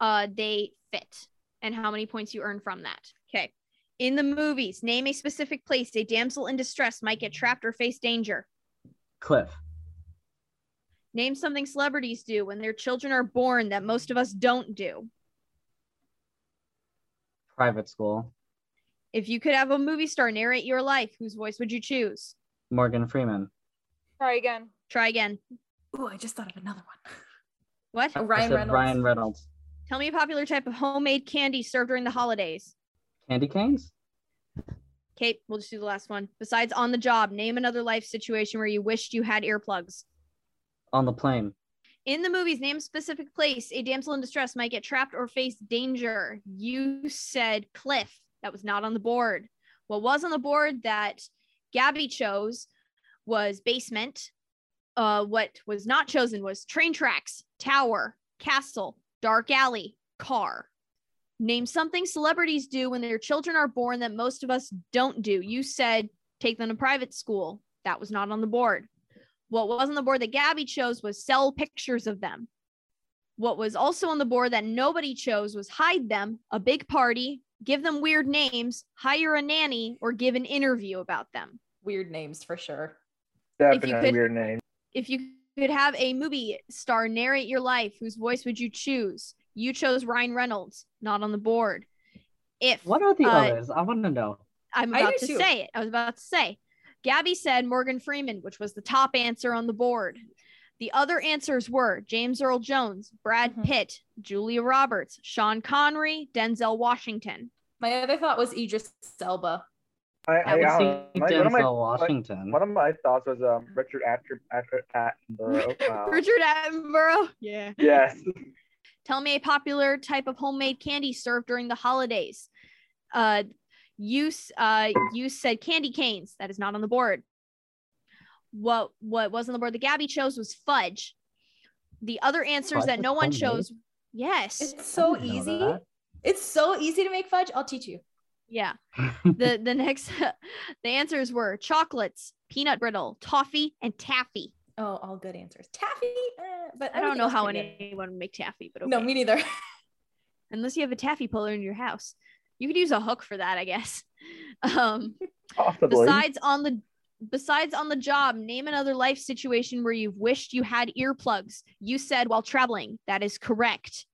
S5: uh they fit and how many points you earn from that. Okay. In the movies, name a specific place a damsel in distress might get trapped or face danger.
S7: Cliff,
S5: Name something celebrities do when their children are born that most of us don't do.
S7: private school,
S5: If you could have a movie star narrate your life, whose voice would you choose?
S7: Morgan Freeman,
S1: Try again.
S5: Try again.
S2: Ooh, I just thought of another one. [LAUGHS]
S5: What?
S2: Oh,
S7: I
S2: Ryan
S7: said
S2: Reynolds.
S7: Ryan Reynolds,
S5: Tell me a popular type of homemade candy served during the holidays.
S7: candy canes,
S5: Kate, we'll just do the last one. Besides on the job, name another life situation where you wished you had earplugs.
S7: on the plane,
S5: In the movies, name a specific place a damsel in distress might get trapped or face danger. You said cliff. That was not on the board. What was on the board that Gabby chose was basement. Uh, what was not chosen was train tracks, tower, castle, dark alley, car. Name something celebrities do when their children are born that most of us don't do. You said take them to private school. That was not on the board. What was on the board that Gabby chose was sell pictures of them. What was also on the board that nobody chose was hide them, a big party, give them weird names, hire a nanny, or give an interview about them.
S2: Weird names for sure.
S4: Definitely
S5: could-
S4: weird name.
S5: If you could have a movie star narrate your life, whose voice would you choose? You chose Ryan Reynolds, not on the board. If
S7: What are the
S5: Uh,
S7: others? I want to know.
S5: I'm
S2: I
S5: about
S2: do
S5: to
S2: too.
S5: say it. I was about to say. Gabby said Morgan Freeman, which was the top answer on the board. The other answers were James Earl Jones, Brad
S2: Mhm.
S5: Pitt, Julia Roberts, Sean Connery, Denzel Washington.
S2: My other thought was Idris Elba.
S4: I,
S7: I
S4: I,
S7: would
S4: um,
S7: see
S4: my- one of my
S7: Denzel Washington.
S4: one of my thoughts was um Richard Atcher, Atcher, Attenborough.
S5: [LAUGHS]
S4: Wow.
S5: Richard Attenborough. Yeah.
S4: Yes.
S5: Tell me a popular type of homemade candy served during the holidays. Uh, you s- uh, you said candy canes. That is not on the board. What what was on the board that Gabby chose was fudge. The other answers
S7: Fudge
S5: that
S7: is
S5: no one
S7: homemade?
S5: chose. Yes.
S2: It's
S7: I
S2: so
S7: didn't know
S2: easy.
S7: that.
S2: It's so easy to make fudge. I'll teach you.
S5: Yeah.
S7: [LAUGHS]
S5: The the [LAUGHS] next the answers were chocolates, peanut brittle, toffee, and taffy.
S2: Oh, all good answers. Taffy, uh, but
S5: I don't
S2: everything
S5: know
S2: else
S5: how
S2: pretty good.
S5: anyone would make taffy, but okay.
S2: No, me neither. [LAUGHS]
S5: unless you have a taffy puller in your house. You could use a hook for that, I guess. [LAUGHS] Um
S4: Possibly.
S5: besides on the besides on the job name another life situation where you've wished you had earplugs you said while traveling that is correct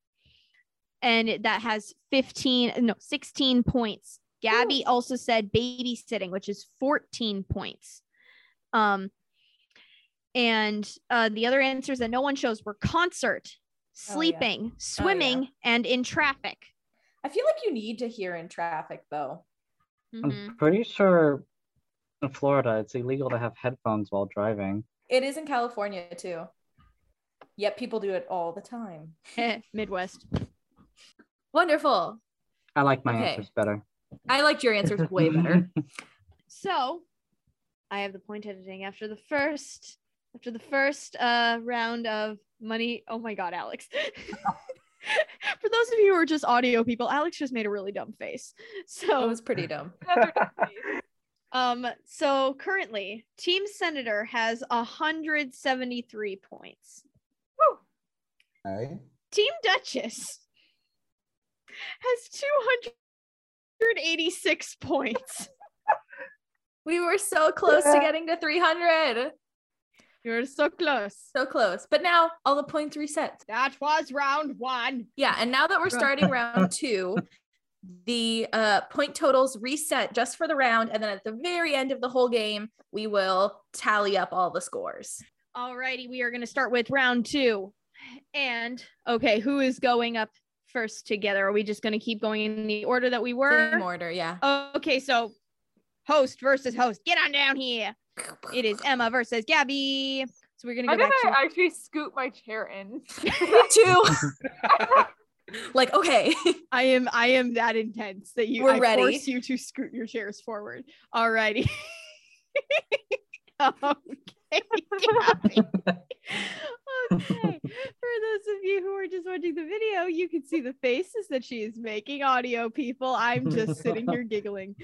S5: and it- that has 15 no 16 points gabby also said babysitting which is 14 points um and uh, the other answers that no one chose were concert sleeping swimming and in traffic
S2: I feel like you need to hear in traffic though.
S5: Mhm.
S7: I'm pretty sure in Florida it's illegal to have headphones while driving.
S2: It is in California too. Yet people do it all the time.
S5: Heh, [LAUGHS] Midwest.
S2: Wonderful.
S7: I like my
S2: Okay.
S7: answers better.
S2: I liked your answers way
S5: [LAUGHS]
S2: better.
S5: So I have the point editing after the first after the first uh round of money. Oh my god, Alex. [LAUGHS] For those of you who are just audio people, Alex just made a really dumb face.
S2: It
S5: So
S2: was pretty dumb.
S1: Another
S5: [LAUGHS] um so currently Team Senator has 173 points.
S3: Okay.
S5: Team Duchess has 286 points.
S2: We were so close to getting to 300.
S5: [LAUGHS] You're so close.
S2: So close. But now all the points reset.
S5: That was round one.
S2: Yeah, and now that we're [LAUGHS] starting round two, the uh, point totals reset just for the round, and then at the very end of the whole game, we will tally up all the scores.
S5: Alrighty, we are going to start with round two. And okay, who is going up first together? Are we just going to keep going in the order that we
S2: Same
S5: were?
S2: order, yeah.
S5: Okay, so host versus host. Get on down here. It is Emma versus Gabby. So we're going to
S1: I'm
S5: go
S1: gonna
S5: back to.
S1: actually scoot my chair
S5: [LAUGHS]
S1: in.
S2: Me too. [LAUGHS] like, okay, [LAUGHS]
S5: I am I am that intense that you
S2: We're
S5: I
S2: ready.
S5: force you to scoot your chairs forward. Alrighty. [LAUGHS] okay. Gabby. okay. For those of you who are just watching the video, you can see the faces that she is making. Audio people, I'm just sitting here giggling.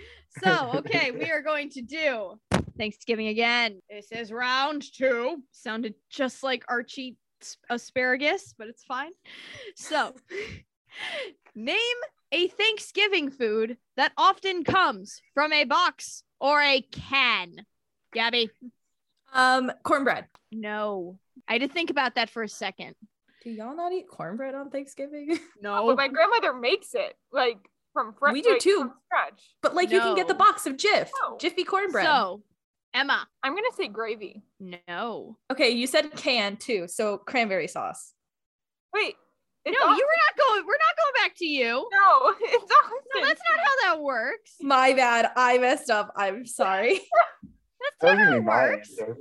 S5: So, okay, we are going to do Thanksgiving again. This is round two. Sounded just like Archie s- asparagus, but it's fine. So, [LAUGHS] name a Thanksgiving food that often comes from a box or a can. Gabby,
S2: um, cornbread.
S5: no. I had to think about that for a second.
S2: Do y'all not eat cornbread on Thanksgiving?
S5: No.
S1: But my grandmother makes it like from fresh.
S2: We do
S1: like,
S2: too.
S1: From scratch.
S2: [LAUGHS] But like, you can get the
S5: No.
S2: box of Jif,
S1: No.
S2: Jiffy cornbread.
S5: So, Emma,
S1: I'm gonna say gravy.
S5: no.
S2: okay, you said can too, so cranberry sauce.
S1: Wait, it's
S5: no,
S1: Austin.
S5: you were not going. We're not going back to you.
S1: [LAUGHS] No, it's Austin.
S5: No, Mm. that's not how that works.
S2: My bad, I messed up. I'm sorry. [LAUGHS]
S5: That's not
S4: Those
S5: how
S4: are
S5: it
S4: my
S5: works.
S4: answers.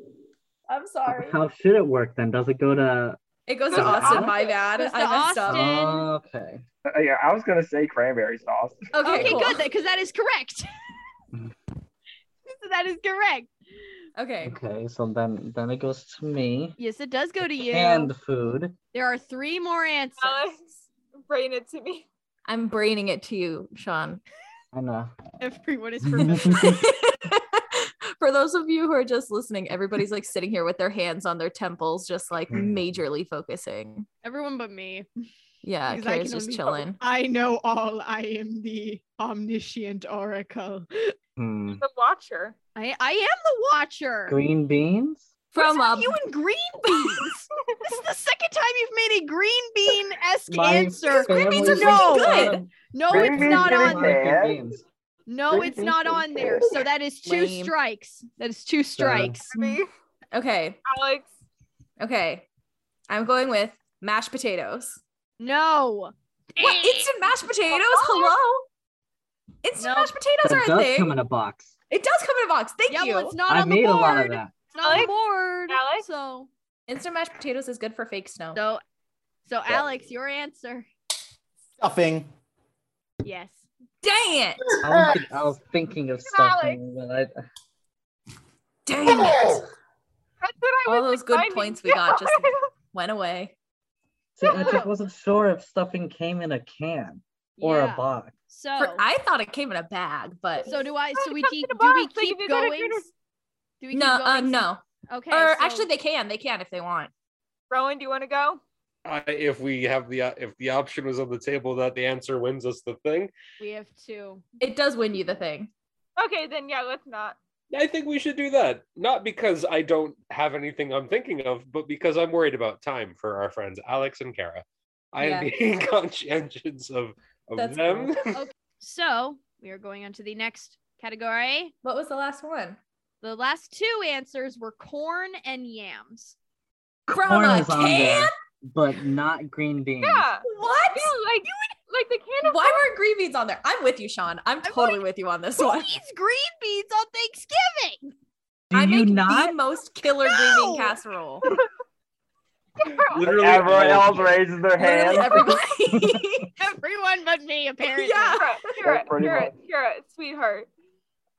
S2: I'm sorry.
S7: How should it work then? Does it go to?
S2: It goes to
S1: Goes to
S2: Austin.
S1: Austin.
S2: My bad.
S5: Goes to
S2: I messed
S5: Austin.
S2: up.
S7: Okay.
S4: Uh, yeah, I was gonna say cranberry sauce.
S2: Okay,
S5: Okay,
S2: cool. Mm.
S5: good, because that is correct. [LAUGHS] that is correct.
S2: Okay.
S7: Okay. So then, then it goes to me.
S5: Yes, it does go to you.
S7: And food.
S5: there are three more answers.
S1: Alex, brain it to me.
S2: I'm braining it to you, [LAUGHS] Sean.
S7: I know.
S5: Everyone is
S2: [LAUGHS] For those of you who are just listening, everybody's like sitting here with their hands on their temples, just like
S3: Hmm.
S2: majorly focusing.
S5: Everyone but me.
S2: Yeah,
S5: Because I
S2: Kara's
S5: can
S2: just
S5: only-
S2: chilling.
S5: [LAUGHS] I know all. I am the omniscient oracle.
S7: Hmm.
S1: The Watcher.
S5: I, I am the watcher.
S7: Green beans.
S5: What's
S2: From um, a
S5: up with you and green
S2: [LAUGHS]
S5: beans? this is the second time you've made a green bean esque
S7: My
S5: answer.
S7: family
S2: beans are
S7: was
S2: really
S7: on
S2: good.
S7: a
S5: No,
S4: Green
S5: it's
S4: beans
S5: not
S4: are
S5: on
S7: lot
S4: good.
S5: there.
S7: of
S4: there.
S7: green beans.
S5: No,
S4: Green
S5: it's
S4: beans
S5: not
S4: are
S5: on there.
S4: good.
S5: So that is two
S2: Lame.
S5: strikes. That is two strikes.
S1: Me,
S2: okay,
S1: Alex.
S2: okay. I'm going with mashed potatoes.
S5: No.
S2: What instant mashed potatoes? Hello? Instant
S5: No.
S2: mashed potatoes
S7: But
S2: are
S7: it
S2: a
S7: does
S2: thing.
S7: come in a box.
S2: it does come in a box. Thank
S5: Yeah,
S2: you.
S5: well, it's not
S7: I
S5: on the
S7: made a
S5: board.
S7: lot of that.
S5: It's not on the
S1: Alex?
S5: board.
S1: Alex?
S5: So,
S2: Instant mashed potatoes is good for fake snow.
S5: so, so Alex, your answer.
S3: Stuffing.
S5: Yes.
S2: Dang it.
S5: [LAUGHS]
S7: I was, think- I was thinking of stuffing, but I,
S2: Dang it.
S3: Oh!
S1: That's what I
S2: All
S1: was
S2: those good
S1: deciding.
S2: points we got just went away.
S7: see, I just wasn't sure if stuffing came in a can or
S5: Yeah.
S7: a box.
S5: So,
S2: For, I thought it came in a bag, but
S5: so do I. So we
S1: It comes
S5: keep.
S1: in a
S5: Do we
S1: box, like,
S5: keep
S1: if you got a
S5: going?
S1: green or-
S5: Do we keep
S2: no, uh,
S5: going?
S2: no.
S5: Okay.
S2: or
S5: so-
S2: actually, they can. They can if they want.
S1: [LAUGHS] Rowan, do you want to go?
S6: I, if we have the uh, if the option was on the table that the answer wins us the thing,
S5: we have two.
S2: It does win you the thing.
S1: Okay, then yeah, let's not.
S6: I think we should do that. Not because I don't have anything I'm thinking of, but because I'm worried about time for our friends Alex and Kara. I am
S2: Yeah.
S6: being [LAUGHS] conscientious of, of
S2: That's
S6: them. [LAUGHS]
S5: So we are going on to the next category.
S2: What was the last one?
S5: The last two answers were corn and yams.
S2: From
S7: Corn
S2: a
S7: is on
S2: can? Mm.
S7: there, but not green beans.
S1: Yeah,
S2: What?
S1: yeah, like like the
S2: [LAUGHS]
S1: can of
S2: Why weren't green beans on there? I'm with you, Sean. I'm totally with you on this
S5: Who
S2: one.
S5: eats green beans on Thanksgiving?
S7: [LAUGHS] Do
S2: I
S7: you
S2: make
S7: not?
S2: the most killer green bean [LAUGHS]
S5: No!
S2: casserole.
S6: Literally,
S4: Everyone
S6: all
S4: else
S6: of them.
S4: raises their hand.
S2: Literally everybody. [LAUGHS]
S5: [LAUGHS] Everyone but me, apparently.
S2: Yeah.
S1: Kara, Kara,
S4: pretty
S1: Kara,
S4: much.
S1: Kara, sweetheart.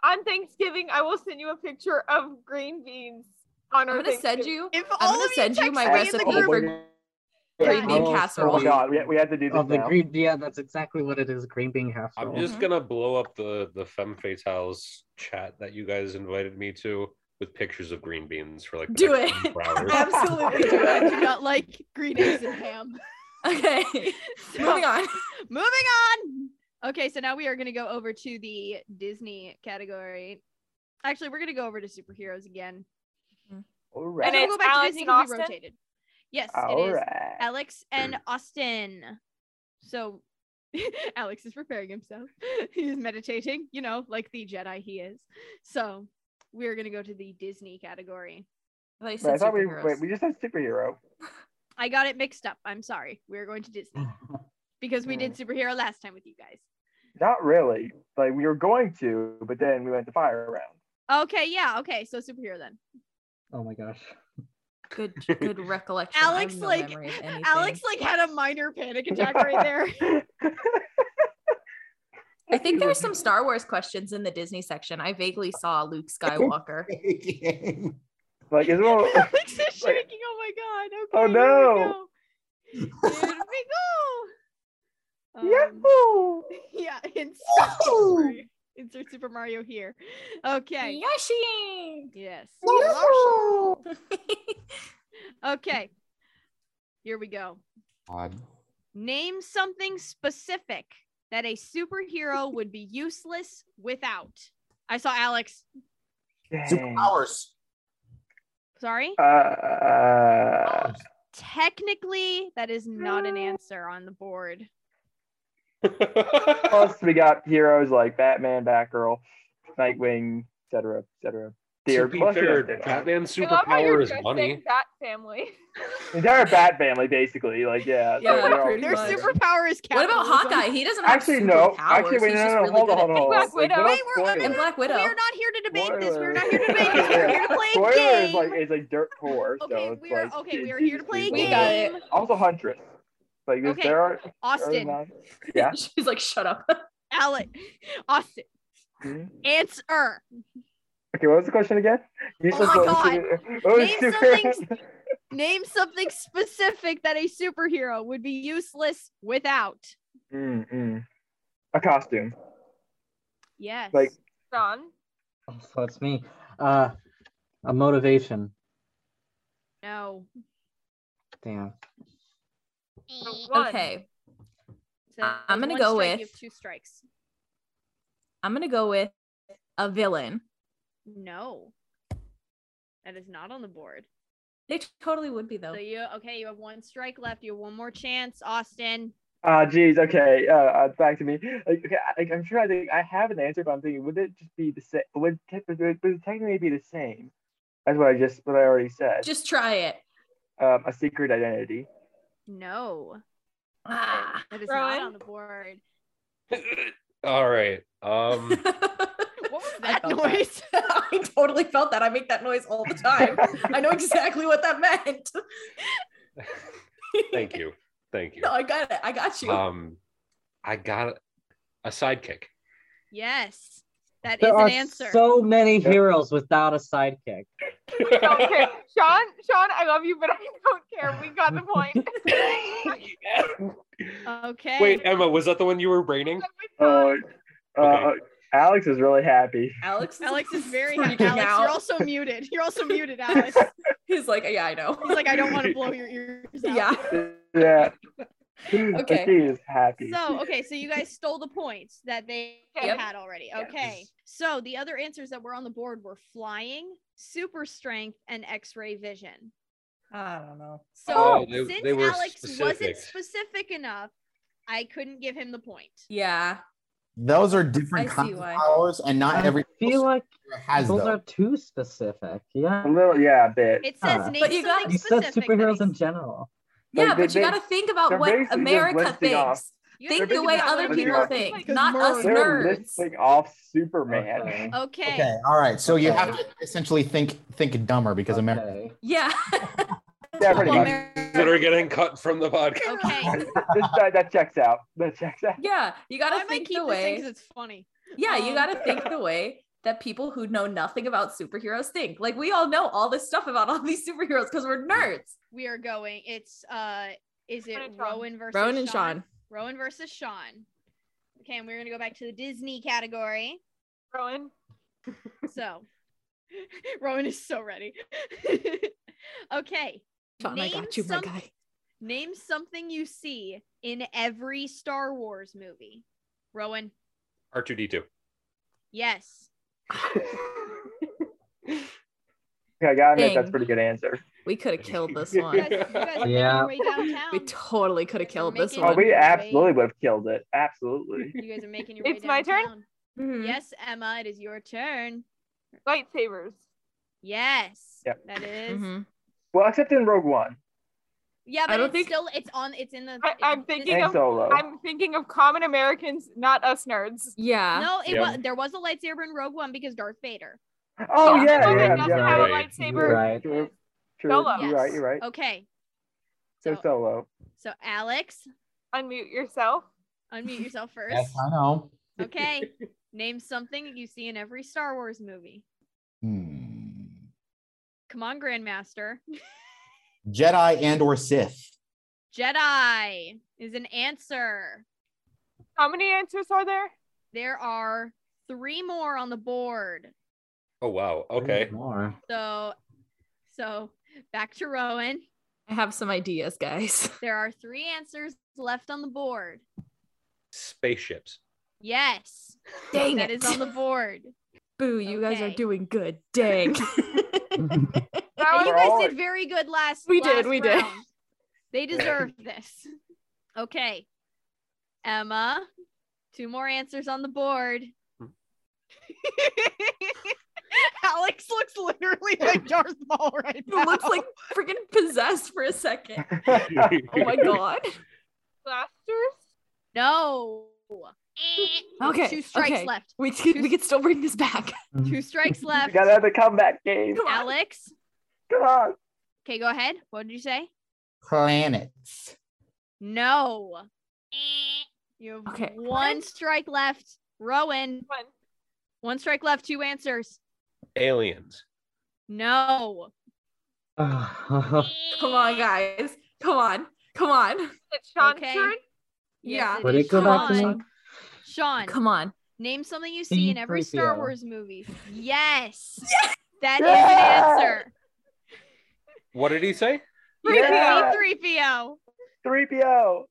S1: On Thanksgiving, I will send you a picture of green beans on our
S2: I'm gonna send
S1: Thanksgiving.
S2: you.
S5: If all
S2: I'm
S5: of
S2: gonna send you
S5: text
S2: my
S5: me in the
S2: recipe
S5: group,
S2: for
S4: green
S2: green
S5: Yeah.
S2: bean casserole.
S4: Oh my god, we, we had to do this
S7: Of
S4: [LAUGHS]
S7: the
S4: now.
S7: green, yeah, that's exactly what it is. Green bean casserole.
S6: I'm just
S2: Mhm.
S6: gonna blow up the the femme fatales chat that you guys invited me to with pictures of green beans for like the
S2: Do
S6: next
S2: it. [LAUGHS]
S6: 24 hours.
S2: Absolutely do
S5: I
S2: it.
S5: do not like green eggs and ham.
S2: Okay. [LAUGHS] Moving on.
S5: [LAUGHS] Moving on. Okay, so now we are going to go over to the Disney category. Actually, we're going to go over to superheroes again.
S1: And
S4: All
S5: And
S4: right.
S5: we'll
S1: it's
S5: go back
S1: Alex
S5: to Disney
S1: and
S5: 'cause we
S1: Austin?
S5: rotated. Yes,
S4: All
S5: it is
S4: right.
S5: Alex
S2: Mm.
S5: and Austin. So [LAUGHS] Alex is preparing himself. [LAUGHS] He's meditating, you know, like the Jedi he is. So we're going to go to the Disney category.
S2: They said
S4: Wait, I thought we
S2: superheroes.
S4: wait, we just had superhero.
S5: I got it mixed up. I'm sorry. We're going to Disney because we
S2: Mm.
S5: did superhero last time with you guys.
S4: Not really. Like we were going to, but then we went to fire round. [LAUGHS]
S5: Okay, yeah, okay. So superhero then.
S7: [LAUGHS] oh my gosh.
S4: [LAUGHS]
S2: good good recollection. I have
S5: Alex
S2: no
S5: like [LAUGHS]
S2: memory of anything.
S5: Alex like had a minor
S2: [LAUGHS]
S5: panic attack right there.
S2: I think there's some Star Wars questions in the Disney section. I vaguely saw Luke
S4: [LAUGHS]
S2: Skywalker.
S3: Again.
S4: like is
S2: [LAUGHS]
S4: it all [LAUGHS]
S5: [LAUGHS] Alex is
S4: Like-
S5: shaking. Oh my god.
S4: Oh,
S5: Okay.
S4: no.
S5: Here we go.
S2: [LAUGHS]
S5: Here we go. Um,
S6: [LAUGHS]
S4: Yahoo!
S5: [LAUGHS] yeah. Insert Super, Mario, insert Super Mario here. Okay.
S2: Yoshi.
S5: Yes.
S4: Oh!
S5: [LAUGHS]
S2: Yoshi.
S5: Okay. Here we go.
S3: God.
S5: Name something specific that a
S4: [LAUGHS]
S5: superhero would be useless without. I saw Alex.
S4: Dang.
S3: Superpowers.
S5: Sorry.
S4: Uh,
S3: Powers.
S5: Technically, that is not an answer on the board.
S6: [LAUGHS]
S4: plus we got heroes like Batman, Batgirl, Nightwing, etc., etc.
S6: to
S4: Dear,
S6: be
S4: plus we
S6: fair,
S4: got-
S6: Batman's
S1: I love how you're
S6: superpower is
S1: just
S6: money. [LAUGHS]
S1: saying That family. [LAUGHS]
S4: the entire Bat family, basically. Like yeah,
S2: Yeah,
S4: they're all-
S2: pretty
S5: Their
S2: much.
S5: superpower is
S2: What about
S5: capitalism.
S2: Hawkeye? He doesn't have
S4: Actually, no.
S2: superpowers.
S4: Actually, wait,
S2: He's
S4: no,
S2: just
S4: no, no.
S2: really
S4: Hold
S2: good
S4: on,
S2: at
S4: hold on. hold on.
S1: Black
S4: Like,
S1: Widow.
S4: what
S5: Wait,
S4: else
S5: we're on
S4: spoilers?
S2: And Black
S5: We
S2: Widow.
S5: are not here to debate this. We're not here to
S4: Spoiler.
S5: debate this.
S4: [LAUGHS]
S5: We're here to play
S4: Spoiler
S5: a
S4: Is
S5: game.
S4: like, is like dirt poor.
S5: okay,
S4: so it's
S5: we are
S4: like,
S5: okay. We are here to play a
S4: We
S5: game.
S4: got Also, Huntress. Like, this,
S5: Okay.
S4: there are. there
S5: Austin,
S4: are not- Yeah.
S2: [LAUGHS] She's like, shut up.
S5: Alec, Austin,
S4: Mhm.
S5: answer.
S4: Okay, what was the question again? Useless
S5: Oh my
S4: what- what was
S5: Name
S4: super-
S5: Name something specific that a superhero would be useless without.
S4: [LAUGHS] Mm, mm. A costume.
S5: Yes.
S4: Like-
S1: Sean.
S7: Oh, so it's me. Uh, a motivation.
S5: no.
S7: Damn.
S1: One.
S2: Okay.
S5: So
S2: I'm
S5: there's
S2: gonna go
S5: one strike,
S2: with-
S5: you have two strikes.
S2: I'm gonna go with a villain.
S5: No. That is not on the board.
S2: They totally would be though.
S5: So you okay, you have one strike left. You have one more chance, Austin.
S4: Ah, geez. Okay. Uh, uh, back to me. Like, okay, I, like, I'm sure I think I have an answer, but I'm thinking, would it just be the same? Would, te- would it technically be the same? That's what I just what I already said.
S2: Just try it.
S4: um, a secret identity.
S5: No.
S4: [LAUGHS]
S2: Ah.
S5: That is
S1: Rowan?
S5: not on the board.
S6: all right.
S2: [LAUGHS]
S6: Um,
S5: [LAUGHS] What was
S2: I [LAUGHS]
S5: that
S2: felt
S5: noise?
S2: I totally felt that. I make that noise all the
S4: [LAUGHS]
S2: time. I know exactly what that meant. [LAUGHS]
S6: thank you, thank you.
S2: No, I got it. I got you.
S6: Um, I got a sidekick.
S5: Yes. that is
S7: There
S5: an
S7: are
S5: answer.
S7: so many
S4: Yep.
S7: heroes without a sidekick.
S1: We don't
S2: [LAUGHS]
S1: care. Sean, Sean, I love you, but I don't care. We got the
S2: [LAUGHS]
S1: point.
S5: okay.
S6: [LAUGHS] Wait, Emma, was that the one you were braining?
S4: Oh, uh,
S6: Okay.
S4: Alex is really happy.
S2: Alex.
S5: Alex
S2: [LAUGHS]
S5: is very
S2: freaking
S5: happy. Alex, you're
S2: out.
S5: also muted. You're also muted,
S7: [LAUGHS]
S5: Alex.
S2: He's like, yeah, I know.
S5: He's like, I don't want
S6: [LAUGHS]
S5: to blow your ears out.
S2: yeah.
S4: Yeah.
S2: Okay.
S4: But she is happy.
S5: So okay, so you guys stole the points that they
S1: Yep.
S5: had already. Okay. So the other answers that were on the board were flying, super strength, and X-ray vision.
S2: I don't know.
S5: So
S6: Oh, they-
S5: since
S6: they were
S5: Alex wasn't
S6: specific.
S5: specific enough, I couldn't give him the point.
S2: Yeah.
S3: Those are
S2: I
S3: different
S2: see
S3: kinds of
S2: why.
S3: powers, and not
S7: I
S3: every
S7: feel like
S3: has
S7: those
S3: those.
S7: are too specific. Yeah.
S4: a little, yeah, a bit.
S5: It says
S7: Huh.
S5: name
S2: But you
S5: something
S2: got-
S7: You said
S5: specific. that
S7: superheroes
S5: he-
S7: in general.
S2: Yeah,
S4: Like, they-
S2: but you
S4: they-
S2: got to think
S4: they're
S2: about what
S4: basically just
S2: America
S4: listing
S2: thinks.
S4: off-
S5: You
S2: Think
S5: have
S4: the
S5: to
S4: way
S5: about
S4: other
S5: what
S4: people
S5: you're
S2: think,
S5: like-
S3: 'Cause
S2: not
S3: Merlin-
S2: us
S4: They're
S2: nerds.
S4: listing off Superman.
S7: Okay.
S5: Okay.
S3: Okay. All right. So you
S7: Okay.
S3: have to essentially think think dumber because America.
S7: Okay.
S2: Yeah.
S4: Yeah, pretty
S5: Well,
S4: much.
S6: that are
S5: Mary-
S6: getting cut from the podcast.
S5: Okay.
S4: This- that, that checks out. That checks out.
S2: yeah. You got
S5: I
S2: to
S5: might
S2: think
S5: keep
S2: the
S5: this thing
S2: way.
S5: because it's funny.
S2: Yeah, you
S5: Um,
S2: got to think the way that people who know nothing about superheroes think. Like we all know all this stuff about all these superheroes because we're nerds.
S5: We are going. It's uh, is it
S1: Rowan and Sean.
S5: Rowan versus
S8: Rowan and Sean.
S5: Rowan versus Sean. Okay, and we're gonna go back to the Disney category.
S8: [LAUGHS]
S1: Rowan.
S5: So, [LAUGHS] Rowan is so ready. [LAUGHS] okay,
S8: Sean, I
S5: Name
S8: got you, my
S5: some-
S8: guy.
S5: name something you see in every Star Wars movie. Rowan,
S6: R2D2.
S5: yes.
S4: Yeah, I gotta admit, that's
S8: Dang.
S4: a pretty good answer.
S8: We
S4: [LAUGHS]
S8: could have killed this
S5: You
S8: one.
S5: guys, you guys are
S7: Yeah.
S5: making your way downtown.
S8: We totally could have
S5: We're
S8: killed this
S5: making-
S4: Oh,
S8: one.
S4: we absolutely would have killed it. Absolutely.
S5: you guys are making your way
S1: It's my turn?
S5: downtown.
S2: Mm-hmm.
S5: Yes, Emma, it is your turn.
S1: Lightsabers.
S5: Yes,
S4: Yep.
S5: that is-
S2: Mm-hmm.
S8: Mhm.
S4: Well, except in Rogue One
S5: Yeah, but
S8: don't
S5: it's
S8: think-
S5: still it's on it's in the.
S1: I-
S5: it's-
S1: I'm
S5: this-
S1: thinking
S4: and
S1: of-
S4: Solo.
S1: I'm thinking of common Americans, not us nerds.
S8: Yeah.
S5: No, it
S6: Yeah.
S5: was there was a lightsaber in Rogue One because Darth Vader.
S4: Oh
S1: Common
S4: yeah,
S1: American
S4: yeah,
S1: doesn't
S4: yeah.
S1: have a
S6: Right.
S1: lightsaber.
S7: Right.
S1: Is
S4: True.
S1: Solo.
S4: You're right. You're right.
S5: Okay.
S4: So
S5: So,
S6: [LAUGHS]
S4: Solo. [LAUGHS]
S5: so Alex,
S1: Unmute yourself.
S5: unmute yourself first.
S3: Yes, [LAUGHS] I know.
S5: Okay. Name something you see in every Star Wars movie.
S3: Hmm.
S5: Come on, Grandmaster.
S3: Jedi and or Sith.
S5: Jedi is an answer.
S1: How many answers are there?
S5: There are three more on the board.
S6: Oh, wow. Okay.
S7: More.
S5: So so back to Rowan.
S8: I have some ideas, guys.
S5: There are three answers left on the board.
S6: Spaceships.
S5: Yes.
S8: [LAUGHS] Dang
S5: That
S8: it.
S5: is on the board.
S8: Boo, you guys are
S5: Okay.
S8: doing good.
S5: [LAUGHS]
S8: Dang.
S1: That
S5: And
S1: was
S5: you
S4: We're
S5: guys
S4: all-
S5: did very good last.
S8: We did,
S5: last
S8: we did.
S5: round. They deserve this. Okay, Emma, two more answers on the board. Alex looks literally like Darth Maul right
S8: It looks like freaking possessed for a second. [LAUGHS] Oh my god.
S1: [LAUGHS] blasters.
S5: no.
S8: Okay,
S5: Two strikes
S8: okay.
S5: left.
S8: We could, we could still bring this back. [LAUGHS]
S2: [LAUGHS]
S7: [LAUGHS]
S5: Two strikes
S4: We
S5: left.
S4: gotta have the comeback game.
S8: Come on.
S5: Alex.
S4: Come on.
S5: Okay, go ahead. What did you say?
S3: Planets.
S5: No. You have
S8: Okay.
S5: one strike left. Rowan,
S1: One.
S5: one strike left, two answers.
S6: Aliens.
S5: No.
S7: [SIGHS]
S2: [LAUGHS]
S8: Come on, guys. Come on. Come on.
S1: It's Sean's
S5: Okay.
S1: turn.
S8: Yeah.
S5: Yes,
S7: Would
S5: is.
S7: it go back to
S5: Sean,
S7: me?
S5: Sean,
S8: Come on.
S5: name something you see in every Star
S7: C-3PO.
S5: Wars movie. Yes. that is
S4: Yeah!
S5: an answer.
S6: What did he say?
S4: Yeah.
S5: C3PO.
S4: Three PO.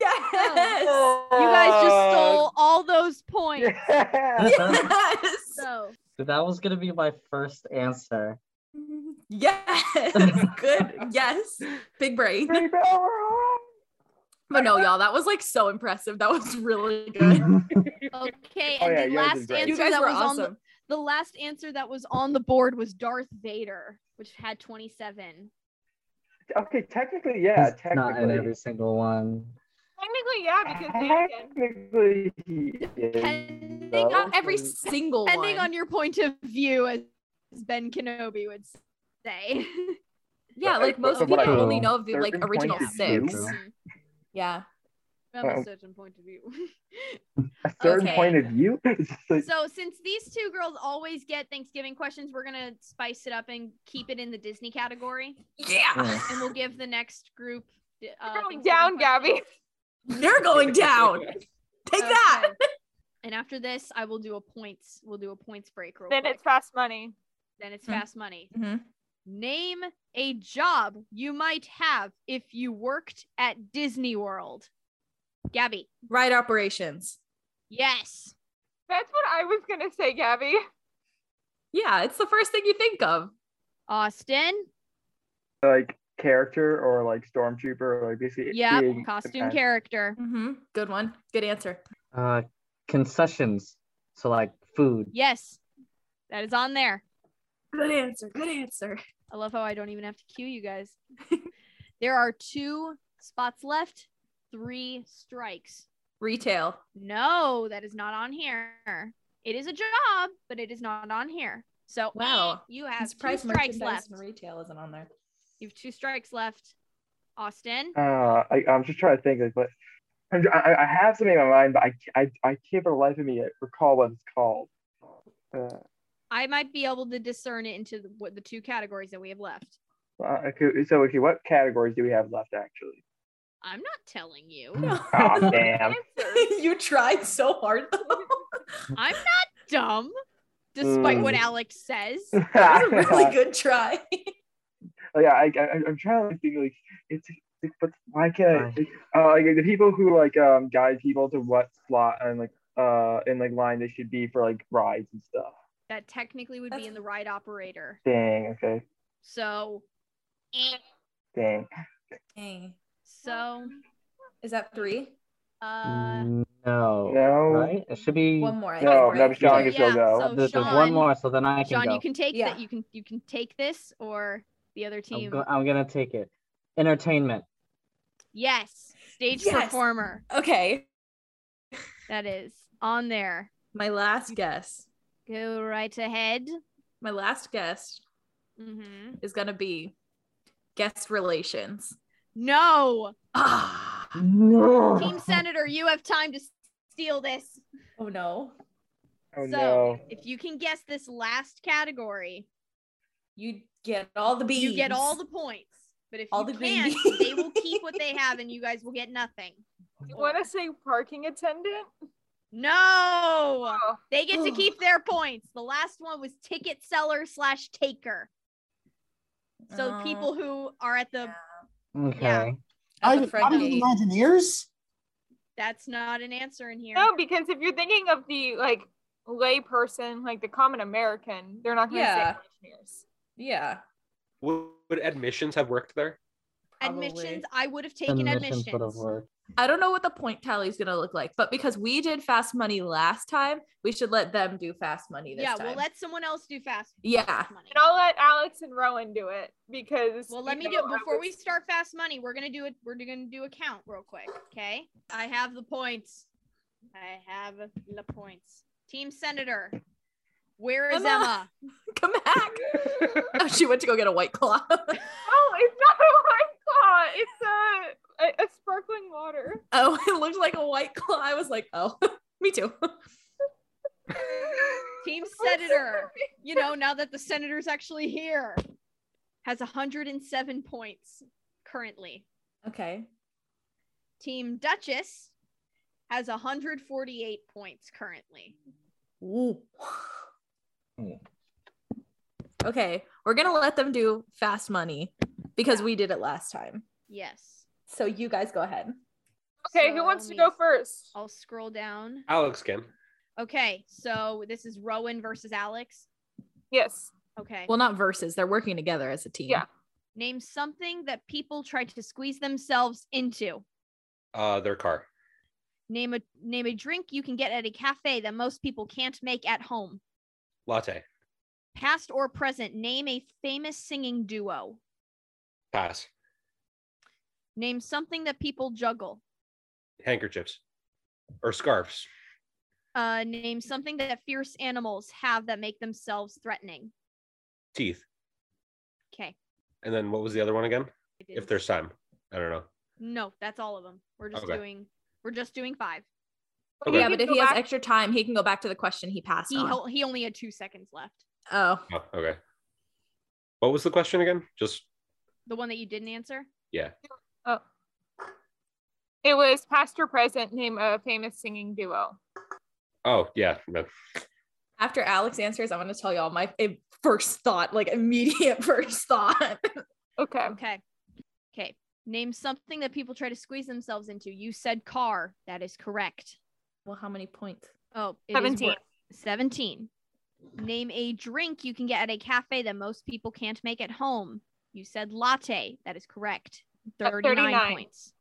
S8: Yes.
S5: You guys just stole all those points.
S4: [LAUGHS] Yeah.
S5: [LAUGHS]
S8: Yes.
S5: So,
S7: [LAUGHS] So that was gonna be my first answer.
S8: Yes. Good. Yes. Big brain.
S4: Three PO. We're all
S8: But no, y'all, that was like so impressive. That was really good.
S5: [LAUGHS] okay,
S4: Oh,
S5: and
S4: yeah, yours
S5: the
S4: is
S5: last
S4: great.
S5: answer
S8: You guys
S5: that
S8: were
S5: was on the,
S8: awesome.
S5: the last answer that was on the board was Darth Vader, which had 27.
S4: Okay, technically, yeah.
S7: It's not in every
S4: Technically.
S7: single one.
S1: Technically, [LAUGHS] yeah,
S4: Uh-huh.
S1: because they can.
S4: Technically,
S5: Depending
S4: yeah,
S5: on
S4: though.
S8: Every single
S5: Depending
S8: one.
S5: on your point of view, as Ben Kenobi would [LAUGHS] say.
S8: yeah, like most
S4: Of
S8: people
S4: what I-
S8: only know of the like
S4: certain point
S8: original
S4: of view.
S8: six. Yeah.
S5: From a
S4: Well-
S5: certain point of view.
S4: a certain
S8: Okay.
S4: point of view. [LAUGHS] It's just like,
S5: so since these two girls always get Thanksgiving questions, we're gonna spice it up and keep it in the Disney category,
S8: Yeah.
S7: Yeah.
S5: and we'll give the next group. Uh,
S1: You're going
S5: Thanksgiving
S1: down,
S5: questions.
S1: [LAUGHS] Gabby.
S8: You're going
S4: [LAUGHS]
S8: down. Take that.
S5: Okay. And after this, I will do a points. We'll do a points break. Real
S1: Then
S5: quick.
S1: it's fast money.
S5: then it's
S8: Mhm.
S5: fast money.
S2: Mm-hmm.
S8: Mhm.
S5: Name a job you might have if you worked at Disney World. Gabby,
S8: Ride operations.
S5: yes.
S1: That's what I was gonna say, Gabby.
S8: Yeah, it's the first thing you think of.
S5: Austin,
S4: like character or like stormtrooper or like basically
S5: yeah,
S4: being
S5: costume
S4: depend-
S5: character.
S8: Mm-hmm. Good one. Good answer.
S7: Uh, concessions. So like food.
S5: Yes, that is on there.
S8: Good answer. Good answer.
S5: I love how I don't even have to cue you guys. [LAUGHS] there are two spots left, three strikes.
S2: Retail.
S5: No, that is not on here. It is a job, but it is not on here. So
S2: Wow.
S5: you
S2: I'm
S5: have two
S2: surprised
S5: strikes
S2: merchandise
S5: left.
S2: and retail isn't on there.
S5: You have two strikes left, Austin.
S4: Uh, I, I'm just trying to think. Like, what I'm, I, I have something in my mind, but I, I, I can't for the life of me recall what it's called. Uh,
S5: I might be able to discern it into the, what the two categories that we have left.
S4: uh, okay, so, okay, what categories do we have left, actually?
S5: I'm not telling you.
S4: [LAUGHS] Oh, damn.
S2: you tried so hard [LAUGHS] though.
S5: I'm not dumb, despite what
S4: Mm.
S5: Alex says.
S2: That was a really good try.
S4: yeah, I, I, I'm trying to think like it's like, but why can't I? Uh, like, the people who like um guide people to what slot and like uh in like line they should be for like rides and stuff.
S5: That technically would be
S2: That's-
S5: in the ride operator.
S4: Dang. Okay.
S5: So, eh.
S4: Dang.
S2: Dang.
S5: so,
S2: Is that three?
S5: uh,
S7: no.
S4: No.
S7: Oh, Right? It should be.
S2: One more. I
S4: No,
S2: think,
S4: no,
S2: right?
S4: Sean
S5: Yeah,
S4: can still go.
S5: so
S7: There's there's
S5: Sean-
S7: one more, so then I can
S5: Sean,
S7: go.
S5: you can take
S2: Yeah.
S5: that. You can you can take this or the other
S7: I'm,
S5: team.
S7: go- I'm gonna take it. Entertainment.
S5: Yes, stage
S2: Yes.
S5: performer.
S2: Okay.
S5: That is on there.
S2: My last guess.
S5: Go right ahead.
S2: My last guess
S5: hmm
S2: is gonna be guest relations.
S5: No,
S2: Ah.
S7: No.
S5: team senator, you have time to s- steal this.
S2: Oh no.
S4: Oh
S5: so,
S4: no.
S5: If you can guess this last category,
S2: You get all the beans.
S5: you get all the points. But if
S2: All
S5: you
S2: the
S5: can't,
S2: beans.
S5: they will keep what they have, and you guys will get nothing.
S1: You want to say parking attendant?
S5: No,
S1: Oh,
S5: they get to keep their points. The last one was ticket seller slash taker. So
S2: Oh,
S5: people who are at the
S2: yeah.
S7: Okay.
S2: At
S3: I,
S2: the
S3: I'm
S2: front
S3: the
S2: gate.
S3: Imagineers.
S5: that's not an answer in here.
S1: no, because if you're thinking of the like lay person, like the common American, they're not going to
S2: Yeah.
S1: say engineers.
S2: Yeah.
S6: Would, would admissions have worked there?
S2: probably.
S5: admissions, I would have taken admissions.
S7: would have worked.
S2: I don't know what the point tally is gonna look like, but because we did fast money last time, we should let them do fast money this
S5: Yeah,
S2: time.
S5: we'll let someone else do fast.
S2: Yeah.
S5: fast money.
S1: And I'll let Alex and Rowan do it because.
S5: Well, let
S1: you
S5: me do
S1: know,
S5: it
S1: I
S5: before
S1: was-
S5: we start fast money. We're gonna do it. We're gonna do a count real quick. Okay. I have the points. I have the points. Team Senator, where is Emma?
S2: Emma. [LAUGHS] Come back.
S1: [LAUGHS]
S2: oh, she went to go get a white
S5: [LAUGHS]
S2: claw.
S1: Oh, it's not a white claw. It's a, a, a sparkling water.
S5: [LAUGHS]
S2: oh, it looked like a white claw. I was like, oh, [LAUGHS] me too.
S5: Team Senator, you know, now that the senator's actually here, has 107 points currently.
S2: Okay.
S5: Team Duchess has 148 points currently.
S2: Ooh. Okay, we're gonna let them do fast money because we did it last time.
S5: Yes.
S2: So you guys go ahead.
S1: Okay,
S5: So
S1: who wants to
S5: let
S1: go
S5: me-
S1: first?
S5: I'll scroll down.
S6: Alex can.
S5: Okay, so this is Rowan versus Alex.
S1: Yes.
S5: Okay.
S2: Well, not versus. They're working together as a team.
S1: Yeah.
S5: Name something that people try to squeeze themselves into.
S6: Uh, their car.
S5: Name a name a drink you can get at a cafe that most people can't make at home.
S6: Latte.
S5: Past or present, name a famous singing duo.
S6: Pass.
S5: Name something that people juggle.
S6: Handkerchiefs. Or scarves.
S5: Uh, name something that fierce animals have that make themselves threatening.
S6: Teeth.
S5: Okay.
S6: And then what was the other one again?
S5: I did
S6: If
S5: it.
S6: there's time. I don't know.
S5: no, that's all of them. We're just
S6: Okay.
S5: doing we're just doing five.
S6: Okay.
S2: Yeah,
S1: You
S2: but
S1: can
S2: if
S1: go
S2: he has
S1: back-
S2: extra time, he can go back to the question he passed
S5: He
S6: Uh-huh.
S2: on.
S5: ho- he only had two seconds left.
S2: oh,
S6: Oh, okay. What was the question again? Just
S5: The one that you didn't answer.
S1: It was past or present, name a famous singing duo.
S6: oh yeah. No.
S2: after Alex answers, I want to tell y'all my i- first thought, like immediate [LAUGHS] first thought.
S1: Okay.
S5: Okay. Okay. Name something that people try to squeeze themselves into. You said car. That is correct.
S2: well, how many points?
S5: Oh, it is
S1: 17.
S5: wor- 17. Name a drink you can get at a cafe that most people can't make at home. You said latte. That is correct.
S1: Uh,
S5: 39,
S1: 39.
S5: points.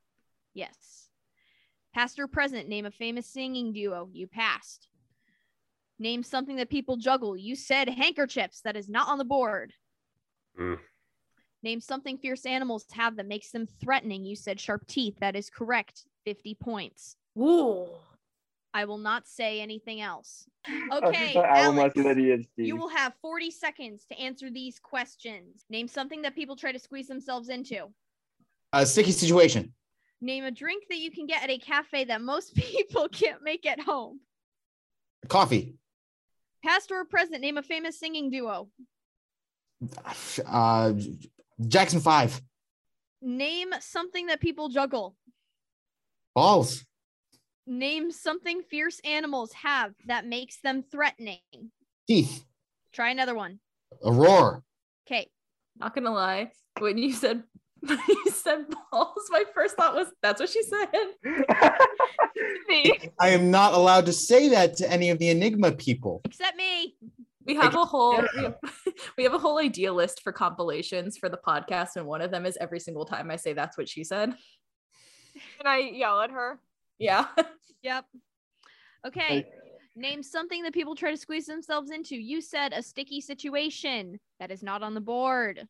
S5: Yes. Past or present, name a famous singing duo. You passed. Name something that people juggle. You said handkerchiefs. That is not on the board.
S6: Mm.
S5: Name something fierce animals have that makes them threatening. You said sharp teeth. That is correct. 50 points.
S2: Ooh.
S5: I will not say anything else.
S4: I was
S5: Okay,
S4: just like, I will not
S5: Alex,
S4: do that again, Steve. [LAUGHS]
S5: you will have 40 seconds to answer these questions. Name something that people try to squeeze themselves into.
S3: A sticky situation.
S5: Name a drink that you can get at a cafe that most [LAUGHS] people can't make at home.
S3: Coffee.
S5: Past or present, name a famous singing duo.
S3: Uh, Jackson Five.
S5: Name something that people juggle.
S3: Balls.
S5: Name something fierce animals have that makes them threatening.
S3: Teeth.
S5: Try another one.
S3: A roar.
S5: Okay.
S2: Not gonna lie, when you said [LAUGHS] when you said balls, my first thought was that's what she said.
S1: See?
S3: I am not allowed to say that to any of the Enigma people.
S5: Except me.
S2: We have a whole we have, [LAUGHS] we have a whole idea list for compilations for the podcast, and one of them is every single time I say that's what she said.
S1: Can I yell at her?
S2: Yeah.
S5: Yep. Okay. Name something that people try to squeeze themselves into. You said a sticky situation that is not on the board.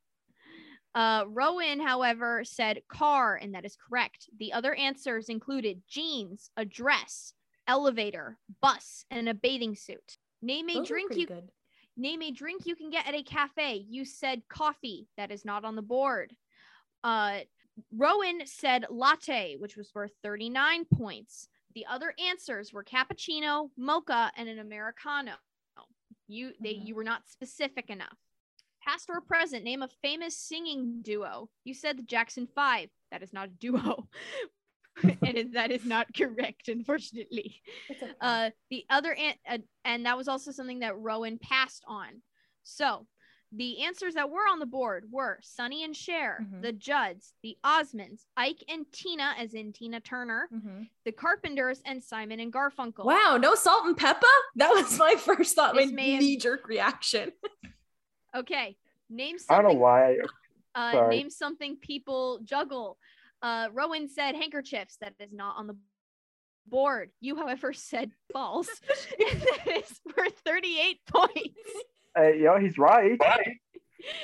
S5: Uh, Rowan, however, said car, and that is correct. The other answers included jeans, a dress, elevator, bus, and a bathing suit. Name a
S2: Those are
S5: drink
S2: pretty
S5: you
S2: good.
S5: Name a drink you can get at a cafe. You said coffee. That is not on the board. Uh, Rowan said latte, which was worth 39 points. The other answers were cappuccino, mocha, and an americano. You they
S2: Mhm.
S5: you were not specific enough. Past or present, name a famous singing duo. You said the Jackson Five. That is not a duo, [LAUGHS] and it- that is not correct, unfortunately uh the other an- uh, and that was also something that rowan passed on so the answers that were on the board were Sonny and Cher,
S2: Mhm.
S5: the Judds, the Osmonds, Ike and Tina, as in Tina Turner,
S2: Mhm.
S5: the Carpenters, and Simon and Garfunkel.
S2: Wow, no salt and pepper? That was my first thought, my
S5: This man-
S2: knee jerk reaction. [LAUGHS]
S5: Okay, name
S4: I don't know
S5: something.
S4: why.
S5: Uh,
S4: Sorry.
S5: name something people juggle. Uh, Rowan said handkerchiefs. That is not on the board. You, however, said balls. [LAUGHS] and that is for 38 points.
S4: Uh, yeah, he's right.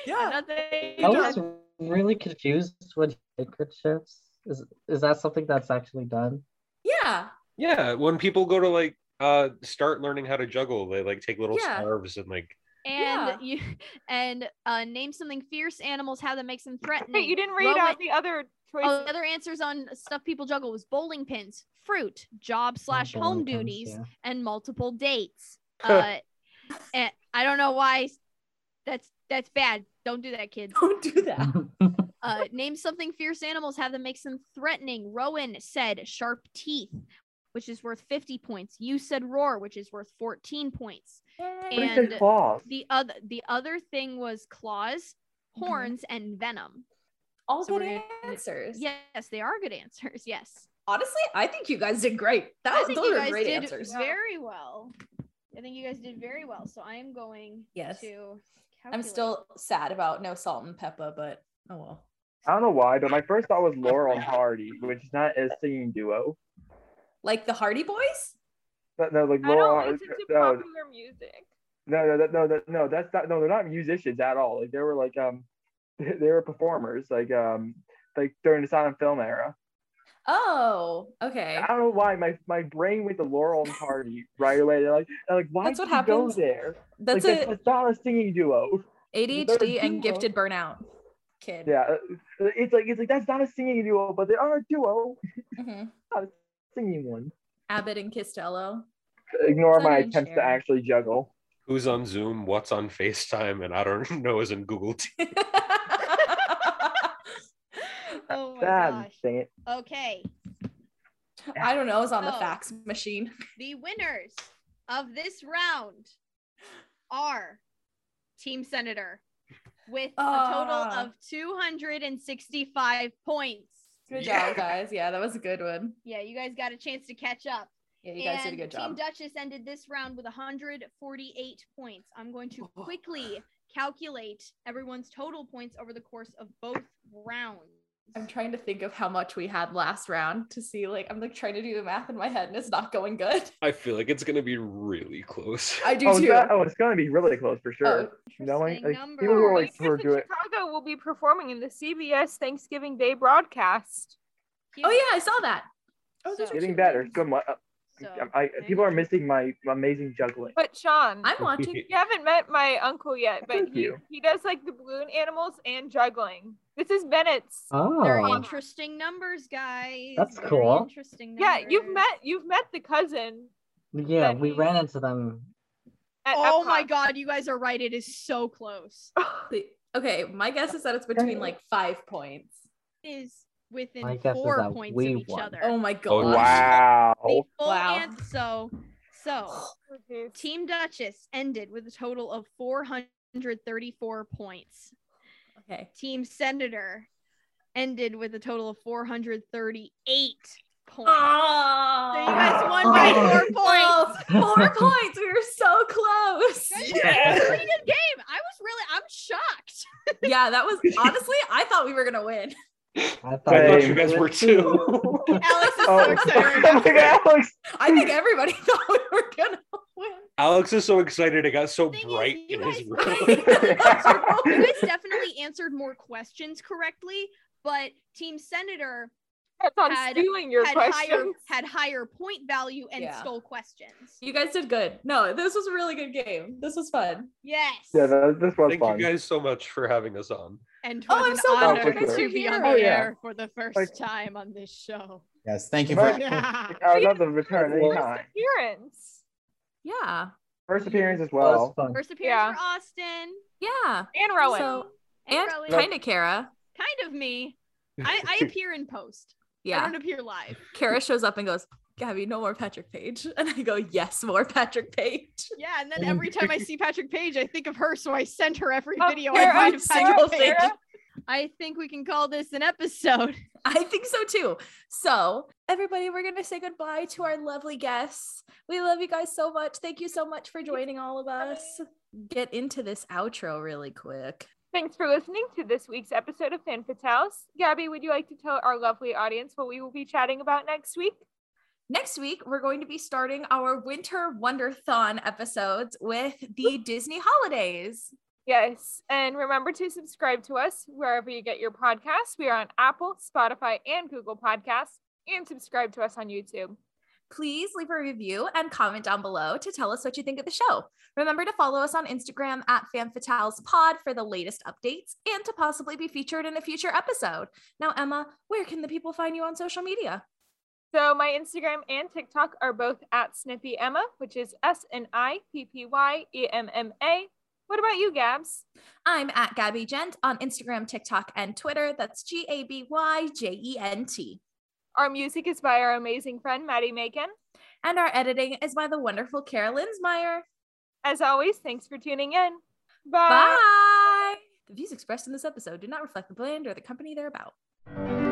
S5: Nothing
S7: I was really confused with handkerchiefs. Is is that something that's actually done?
S2: Yeah.
S6: Yeah, when people go to like uh start learning how to juggle, they like take little
S2: Yeah.
S6: scarves and like
S5: and
S2: Yeah.
S5: you [LAUGHS] and uh, name something fierce animals have that makes them threatening.
S1: Wait, you didn't read
S5: Rowan-
S1: out the other choices.
S5: Oh, the other answers on stuff people juggle was bowling pins, fruit, job slash
S7: Oh,
S5: home
S7: boy, comes,
S5: duties,
S7: yeah.
S5: and multiple dates. Uh, and I don't know why. That's that's bad. Don't do that, kids.
S2: Don't do that.
S4: [LAUGHS]
S5: Uh, name something fierce animals have that makes them threatening. Rowan said sharp teeth, which is worth fifty points. You said roar, which is worth fourteen points.
S4: But he
S5: And-
S4: said claws.
S5: The other the other thing was claws,
S2: Okay.
S5: horns, and venom.
S2: All
S5: So we're
S2: good
S5: gonna-
S2: answers.
S5: Yes, they are good answers. Yes.
S2: Honestly, I think you guys did great.
S5: I
S2: That,
S5: think
S2: Oh, those
S5: you
S2: are
S5: guys
S2: great
S5: did
S2: answers.
S5: very well. I think you guys did very well. So I am going
S2: Yes.
S5: to
S2: I'm
S5: calculate.
S2: still sad about no salt and pepper, but oh well.
S4: I don't know why, but my first thought was Laurel and Hardy, which is not a singing duo.
S2: Like the Hardy Boys?
S4: No, no, like
S1: I don't
S4: Laurel.
S1: listen to
S4: No,
S1: popular music.
S4: no, no, that- no, that- no, that's not. No, they're not musicians at all. Like they were like um, [LAUGHS] they were performers. Like um, like during the silent film era.
S2: Oh, okay.
S4: I don't know why my my brain went to Laurel
S2: [LAUGHS]
S4: and Hardy right away. They're like, they're like why
S2: That's
S4: did
S2: what
S4: you
S2: happens.
S4: go there?
S2: That's
S4: like,
S2: a
S4: That's not a singing duo.
S2: ADHD and
S4: duo.
S2: gifted burnout kid.
S4: Yeah, uh, it's like it's like that's not a singing duo, but they are a duo.
S2: Mhm.
S4: Singing one.
S2: Abbott and
S4: [LAUGHS]
S2: Costello. [LAUGHS]
S4: Ignore my
S2: Sonny and
S4: attempts to
S2: Cher.
S4: actually juggle.
S6: who's on Zoom, what's on FaceTime, and I don't [LAUGHS] know is in Google Teams.
S2: I
S5: Oh my
S4: God
S5: gosh.
S4: dang it.
S5: Okay.
S2: don't know. It's on the
S5: Oh.
S2: fax machine.
S5: The winners of this round are Team Senator with a
S2: Ah.
S5: total of 265 points.
S2: Good job, guys. Yeah, that was a good one.
S5: Yeah, you guys got a chance to catch up.
S2: Yeah, you guys
S5: and
S2: did a good
S5: Team
S2: job.
S5: Duchess ended this round with 148 points. I'm going to quickly calculate everyone's total points over the course of both rounds.
S2: I'm trying to think of how much we had last round to see. Like, I'm like trying to do the math in my head, and it's not going good. [LAUGHS]
S6: I feel like it's gonna be really close.
S2: I do
S4: Oh,
S2: too.
S4: it's not- oh, it's gonna be really close
S2: Oh,
S4: for sure. Knowing
S5: Interesting
S4: like, people who
S5: number.
S4: are like who are
S1: Actors in
S4: doing
S1: Chicago will be performing in the CBS Thanksgiving Day broadcast.
S7: Oh,
S5: Cute.
S2: oh yeah, I saw that.
S5: so,
S4: Getting better. Good. Mu-
S5: so
S4: I, I, people are missing my amazing juggling.
S1: But Sean,
S2: I'm
S4: [LAUGHS]
S2: watching.
S1: you haven't met my uncle yet, but
S4: Thank
S1: he,
S4: you.
S1: he does like the balloon animals and juggling. This is Bennett's.
S5: they're
S7: [LAUGHS] Oh,
S5: interesting numbers, guys.
S7: That's
S5: Very
S7: cool.
S5: Interesting.
S1: Yeah, you've
S5: numbers.
S1: met you've met the cousin.
S7: yeah, we
S1: that-
S7: ran into them.
S1: At
S5: Oh my
S1: Epcot.
S5: god, you guys are right. It is so close.
S1: [LAUGHS]
S2: Okay, my guess is that it's between like five points.
S5: It is within
S7: My guess is
S5: four
S7: that
S5: points
S7: we
S5: of each
S7: won.
S5: other.
S2: Oh my god!
S6: Oh,
S4: Wow.
S5: The full
S2: Wow.
S5: answer- so, so
S1: Oh, geez.
S5: Team Duchess ended with a total of 434 points.
S2: Okay.
S5: Team Senator ended with a total of 438 points.
S2: Oh,
S5: So you guys won by four points.
S1: Oh.
S2: [LAUGHS] four
S5: [LAUGHS]
S2: points. We were so close.
S5: That was a pretty good game. I was really, I'm shocked.
S2: Yeah, that was honestly, I thought we were gonna win.
S7: I
S6: [LAUGHS]
S7: thought,
S6: I thought
S4: Hey.
S6: you guys were too. [LAUGHS]
S5: Alex is so
S4: [LAUGHS] Oh, [LAUGHS]
S5: excited.
S4: oh my God, Alex.
S2: I think everybody [LAUGHS] thought we were gonna win.
S6: Alex is so excited. It got so
S5: Thing is,
S6: bright
S5: you
S6: in his
S4: [LAUGHS]
S5: guys- [LAUGHS]
S6: room.
S5: You guys definitely answered more questions correctly, but Team Senator
S1: That's on
S5: had-
S1: stealing your
S5: had higher
S1: questions.
S5: had higher point value and
S2: Yeah.
S5: stole questions.
S2: You guys did good. No, this was a really good game. This was fun.
S5: Yes.
S4: Yeah, that, this was
S6: Thank
S4: fun.
S6: you guys so much for having us on.
S5: and
S2: Oh,
S5: was
S2: I'm
S5: an
S2: so
S4: glad you
S5: honor
S4: guys
S5: to
S2: are
S5: be on
S4: here.
S5: the
S4: Oh, yeah.
S5: air for the first
S4: Like-
S5: time on this
S4: [LAUGHS]
S5: show.
S3: Yes, thank you for
S4: Right. I love the return
S1: First
S4: anytime.
S1: appearance.
S2: Yeah.
S4: First appearance as
S7: That was
S4: well.
S5: [LAUGHS]
S7: fun.
S5: First appearance
S1: Yeah.
S5: for Austin.
S2: Yeah.
S1: And Rowan.
S2: So-
S5: and,
S2: And
S5: Rowan.
S2: kind of Kara.
S5: kind of me. I,
S4: [LAUGHS]
S5: I appear in post. I
S2: Yeah.
S5: don't appear live.
S2: Kara shows up and goes, Gabby, no more Patrick Page. [LAUGHS] And I go, yes, more Patrick Page. [LAUGHS]
S5: Yeah, and
S4: Mm-hmm.
S5: then every
S4: [LAUGHS]
S5: time I see Patrick Page, I think of her, so I send her every
S1: Oh,
S5: video
S1: Kara,
S5: I find of
S2: Sarah,
S5: Patrick Page.
S2: Sarah.
S5: I think we can call this an episode.
S2: I think so too. So, everybody, we're going to say goodbye to our lovely guests. We love you guys so much. Thank you so much for joining all of us. Get into this outro really quick.
S1: Thanks for listening to this week's episode of Fan Fatales. Gabby, would you like to tell our lovely audience what we will be chatting about next week?
S2: Next week, we're going to be starting our Winter Wonderthon episodes with the Disney holidays.
S1: Yes. And remember to subscribe to us wherever you get your podcasts. We are on Apple, Spotify, and Google Podcasts, and subscribe to us on YouTube.
S2: Please leave a review and comment down below to tell us what you think of the show. Remember to follow us on Instagram at FanFatalesPod for the latest updates and to possibly be featured in a future episode. Now, Emma, where can the people find you on social media?
S1: So my Instagram and TikTok are both at Snippy Emma, which is S N I P P Y E M M A. What about you, Gabs?
S2: I'm at Gabby Gent on Instagram, TikTok, and Twitter. That's G A B Y J E N T.
S1: Our music is by our amazing friend Maddie Macon.
S2: And our editing is by the wonderful Kara Linsmeyer.
S1: As always, thanks for tuning in.
S2: Bye. The views expressed in this episode do not reflect the brand or the company they're about.
S1: Bye.